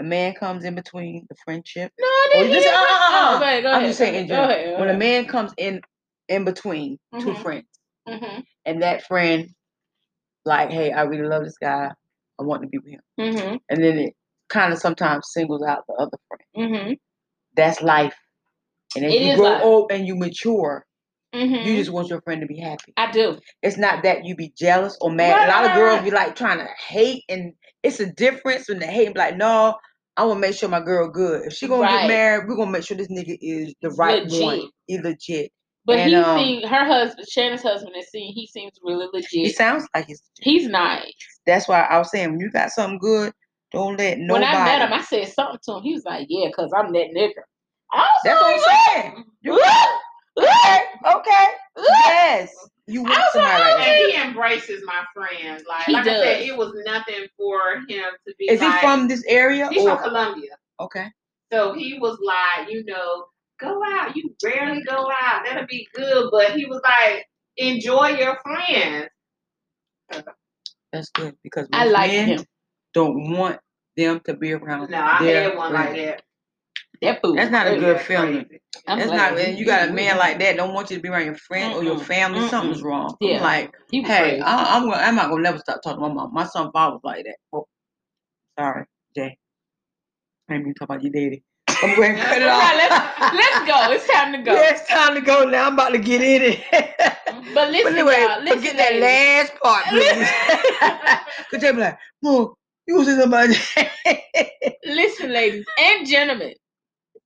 S1: a man comes in between the friendship.
S2: no, I didn't
S1: Oh, this-
S2: hear
S1: uh, uh, uh.
S2: Oh, go ahead, go
S1: I'm
S2: ahead,
S1: just
S2: go
S1: saying in
S2: ahead, go
S1: general.
S2: ahead, go
S1: When a
S2: ahead.
S1: man comes in, in between two
S2: Mhm.
S1: friends,
S2: Mhm,
S1: and that friend, like, hey, I really love this guy. I want to be with him.
S2: mhm,
S1: And then it kind of sometimes singles out the other friend.
S2: mhm,
S1: That's life. And as
S2: It
S1: you
S2: is
S1: grow
S2: life.
S1: old and you mature, you
S2: mhm.
S1: just want your friend to be happy.
S2: I do.
S1: It's not that you be jealous or mad.
S2: Right,
S1: a lot
S2: right,
S1: of girls
S2: right.
S1: be like trying to hate, and it's a difference when they hate. and be Like, no, I want to make sure my girl good. If she gonna
S2: Right.
S1: get married, we are gonna make sure this nigga is the right one.
S2: Legit.
S1: He legit.
S2: But
S1: And,
S2: he
S1: um,
S2: seems her husband, Shannon's husband is seen. He seems really
S1: He
S2: legit.
S1: sounds like he's. Legit.
S2: He's nice.
S1: That's why I was saying when you got something good, don't let nobody.
S2: When I met him, I said something to him. He was like, "Yeah, cause I'm that nigga." I was
S1: That's what
S2: like, "Oh,
S1: I'm saying. You-
S2: "Look, look,
S1: okay, okay,
S2: look."
S1: yes. You want
S2: was
S1: somebody
S2: like,
S1: like that.
S3: and he embraces my friends. Like,
S2: He
S3: like I said,
S2: does.
S3: it was nothing for him to be.
S1: Is he
S3: like,
S1: from this area?
S3: He's
S1: or
S3: from Columbia,
S1: okay?
S3: so he was like, you know, go out. You rarely go out. That'll be good. But he was like, enjoy your friends.
S1: That's good because
S2: I
S1: most
S2: like
S1: men
S2: him.
S1: don't want them to be around.
S3: No, I
S1: their
S3: had one like
S1: friends.
S3: that.
S2: That fool.
S1: That's not a
S2: crazy.
S1: good
S3: That's
S1: feeling.
S3: crazy.
S2: I'm
S1: That's
S2: like,
S1: not. And you got a
S2: mm,
S1: man
S2: mm,
S1: like that don't want you to be around your friend or your
S2: Mm-mm.
S1: family.
S2: Mm-mm.
S1: Something's wrong.
S2: Yeah.
S1: I'm like,
S2: He was
S1: hey,
S2: crazy.
S1: I, I'm gonna, I'm not gonna never stop talking to my mom. My son father was like that. Well, sorry, Jay. I didn't mean to talk about your daddy. I'm
S2: <laughs>
S1: going to cut it off.
S2: Right, <laughs> let's, let's go. It's time to go.
S1: Yeah, it's time to go now. I'm about to get in it. <laughs>
S2: But
S1: But
S2: listen,
S1: anyway,
S2: y'all. Listen,
S1: forget that
S2: ladies.
S1: last
S2: <laughs>
S1: part, please. Because they be like, Mom, you was in somebody.
S2: listen, ladies and gentlemen.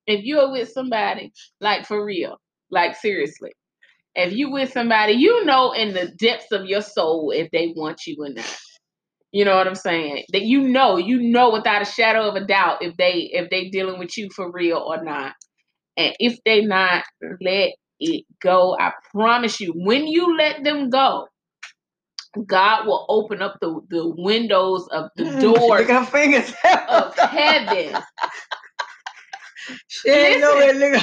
S2: If you are with somebody, like for real, like seriously, if you with somebody, you know in the depths of your soul if they want you or not. You know what I'm saying? That you know, you know without a shadow of a doubt if they if they dealing with you for real or not. And if they not, let it go. I promise you, when you let them go, God will open up the, the windows of
S1: <laughs>
S2: the Uh,
S1: Look
S2: doors
S1: at her fingers.
S2: of heaven.
S1: she ain't know it. Look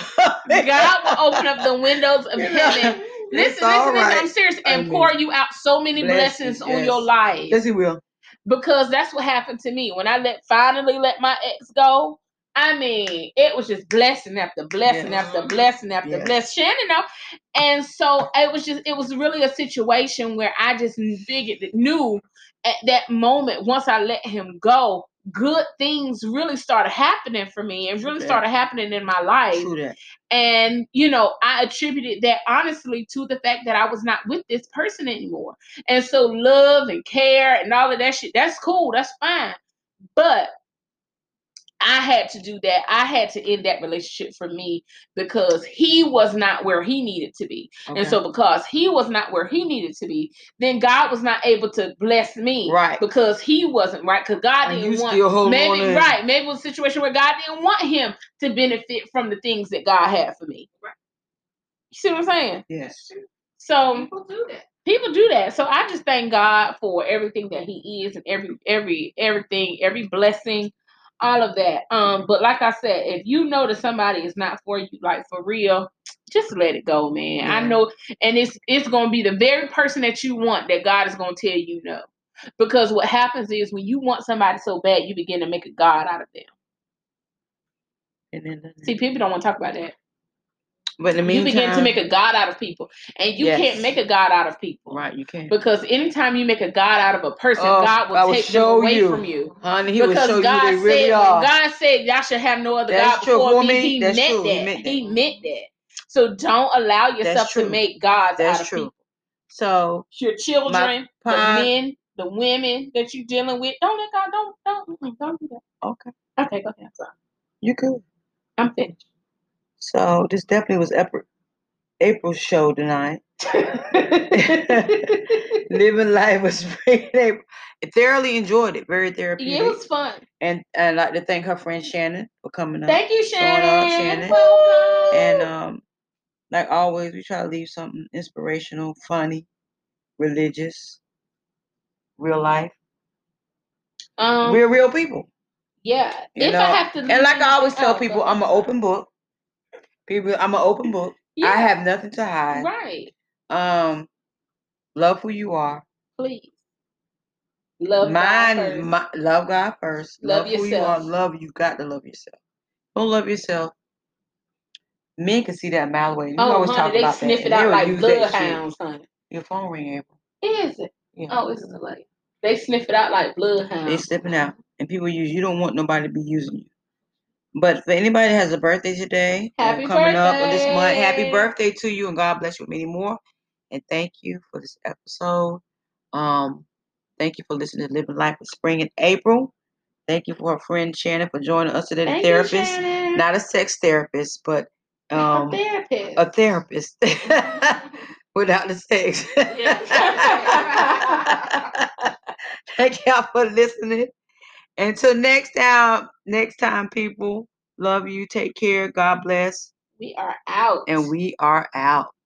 S1: at her
S2: God
S1: <laughs>
S2: will open up the windows of
S1: You know,
S2: heaven.
S1: it's
S2: Listen, listen,
S1: all
S2: listen. I'm
S1: right.
S2: serious. And
S1: I
S2: pour you out so many blessings,
S1: Blessings,
S2: on
S1: yes.
S2: your life.
S1: Yes, he will.
S2: because that's what happened to me when I let finally let my ex go. I mean, it was just blessing after blessing
S1: Yes.
S2: after blessing after
S1: Yes.
S2: blessing. Shannon, know. and so it was just it was really a situation where I just figured knew at that moment once I let him go, good things really started happening for me and really
S1: bet.
S2: started happening in my life.
S1: True that.
S2: And, you know, I attributed that honestly to the fact that I was not with this person anymore. And so, love and care and all of that shit, that's cool, that's fine. But I had to do that. I had to end that relationship for me because he was not where he needed to be.
S1: Okay.
S2: And so, because he was not where he needed to be, then God was not able to bless me.
S1: Right.
S2: Because he wasn't right. Because God
S1: And
S2: didn't
S1: you
S2: want
S1: still hold on
S2: maybe
S1: in.
S2: right maybe it was a situation where god didn't want him to benefit from the things that god had for me
S3: Right.
S2: you see what i'm saying
S1: Yes.
S2: so
S3: People do that.
S2: people do that so i just thank god for everything that he is and every every everything every blessing all of that um but like i said if you know that somebody is not for you like for real just let it go man i
S1: Yeah.
S2: know and it's it's gonna be the very person that you want that god is gonna tell you no because what happens is when you want somebody so bad you begin to make a god out of them
S1: And then,
S2: See, people don't want to talk about that.
S1: but in the meantime,
S2: you begin to make a god out of people, and you
S1: Yes.
S2: can't make a god out of people
S1: right. You can't.
S2: because anytime you make a god out of a person,
S1: Oh,
S2: God will
S1: God will
S2: take them
S1: show
S2: away
S1: you.
S2: from you.
S1: Honey, he
S2: because
S1: will show
S2: God
S1: you they really
S2: said,
S1: are.
S2: when God said, y'all should have no other
S1: That's
S2: god
S1: true. For
S2: before me.
S1: me,
S2: He,
S1: that's
S2: meant
S1: true. He
S2: that.
S1: meant that.
S2: He meant that. So don't allow yourself to
S1: true.
S2: make gods out
S1: that's
S2: of
S1: true.
S2: people.
S1: So
S2: Your children,
S1: pine-
S2: the men, the women that you're dealing with. Don't let God. Don't don't mm-mm, don't do that.
S1: okay,
S2: Okay, go ahead. I'm sorry.
S1: you could.
S2: I'm finished. <laughs>
S1: So this definitely was April April's show tonight. <laughs> Living life was great. <laughs> April. Thoroughly enjoyed it. Very therapeutic.
S2: Yeah, it was fun.
S1: and and I'd like to thank her friend Shannon for coming up.
S2: Thank you,
S1: showing up,
S2: Shannon.
S1: Shannon.
S2: Welcome.
S1: and um, like always, we try to leave something inspirational, funny, religious, real life.
S2: Um,
S1: uh, We're real people.
S2: yeah.
S1: you
S2: If
S1: know,
S2: I have to,
S1: And like I always tell
S2: oh,
S1: people,
S2: go
S1: I'm an
S2: ahead.
S1: open book. People, I'm an open book. I
S2: Yeah,
S1: have nothing to hide.
S2: right.
S1: Um, love who you are.
S2: Please love God
S1: Mine,
S2: first.
S1: my, love God first.
S2: Love
S1: who you are.
S2: yourself.
S1: Love you. Got to love yourself. Don't love yourself. Men can see that a mile away. We
S2: oh,
S1: always talk
S2: honey, they
S1: about
S2: sniff
S1: that. and
S2: it
S1: they
S2: out
S1: will
S2: like
S1: use
S2: bloodhounds,
S1: that shit.
S2: honey.
S1: Your phone ring, April.
S2: Is it?
S1: Yeah.
S2: Oh, it's the lady. They sniff it out like
S1: They
S2: bloodhounds.
S1: slipping out, and people use. You don't want nobody to be using you. But for anybody that has a birthday today or
S2: Happy
S1: coming up or this month, happy
S2: birthday.
S1: birthday to you, and God bless you with many more. And thank you for this episode. Um, thank you for listening to Living Life with Spring in April. Thank you for our friend Shannon for joining us today, the
S2: Thank you,
S1: therapist,
S2: Shannon.
S1: not a sex therapist, but
S2: A
S1: um,
S2: therapist.
S1: a therapist <laughs> without the sex.
S2: Yeah.
S1: <laughs> Thank y'all for listening. Until next time, next time, people, love you. Take care. God bless.
S2: we are out.
S1: And we are out.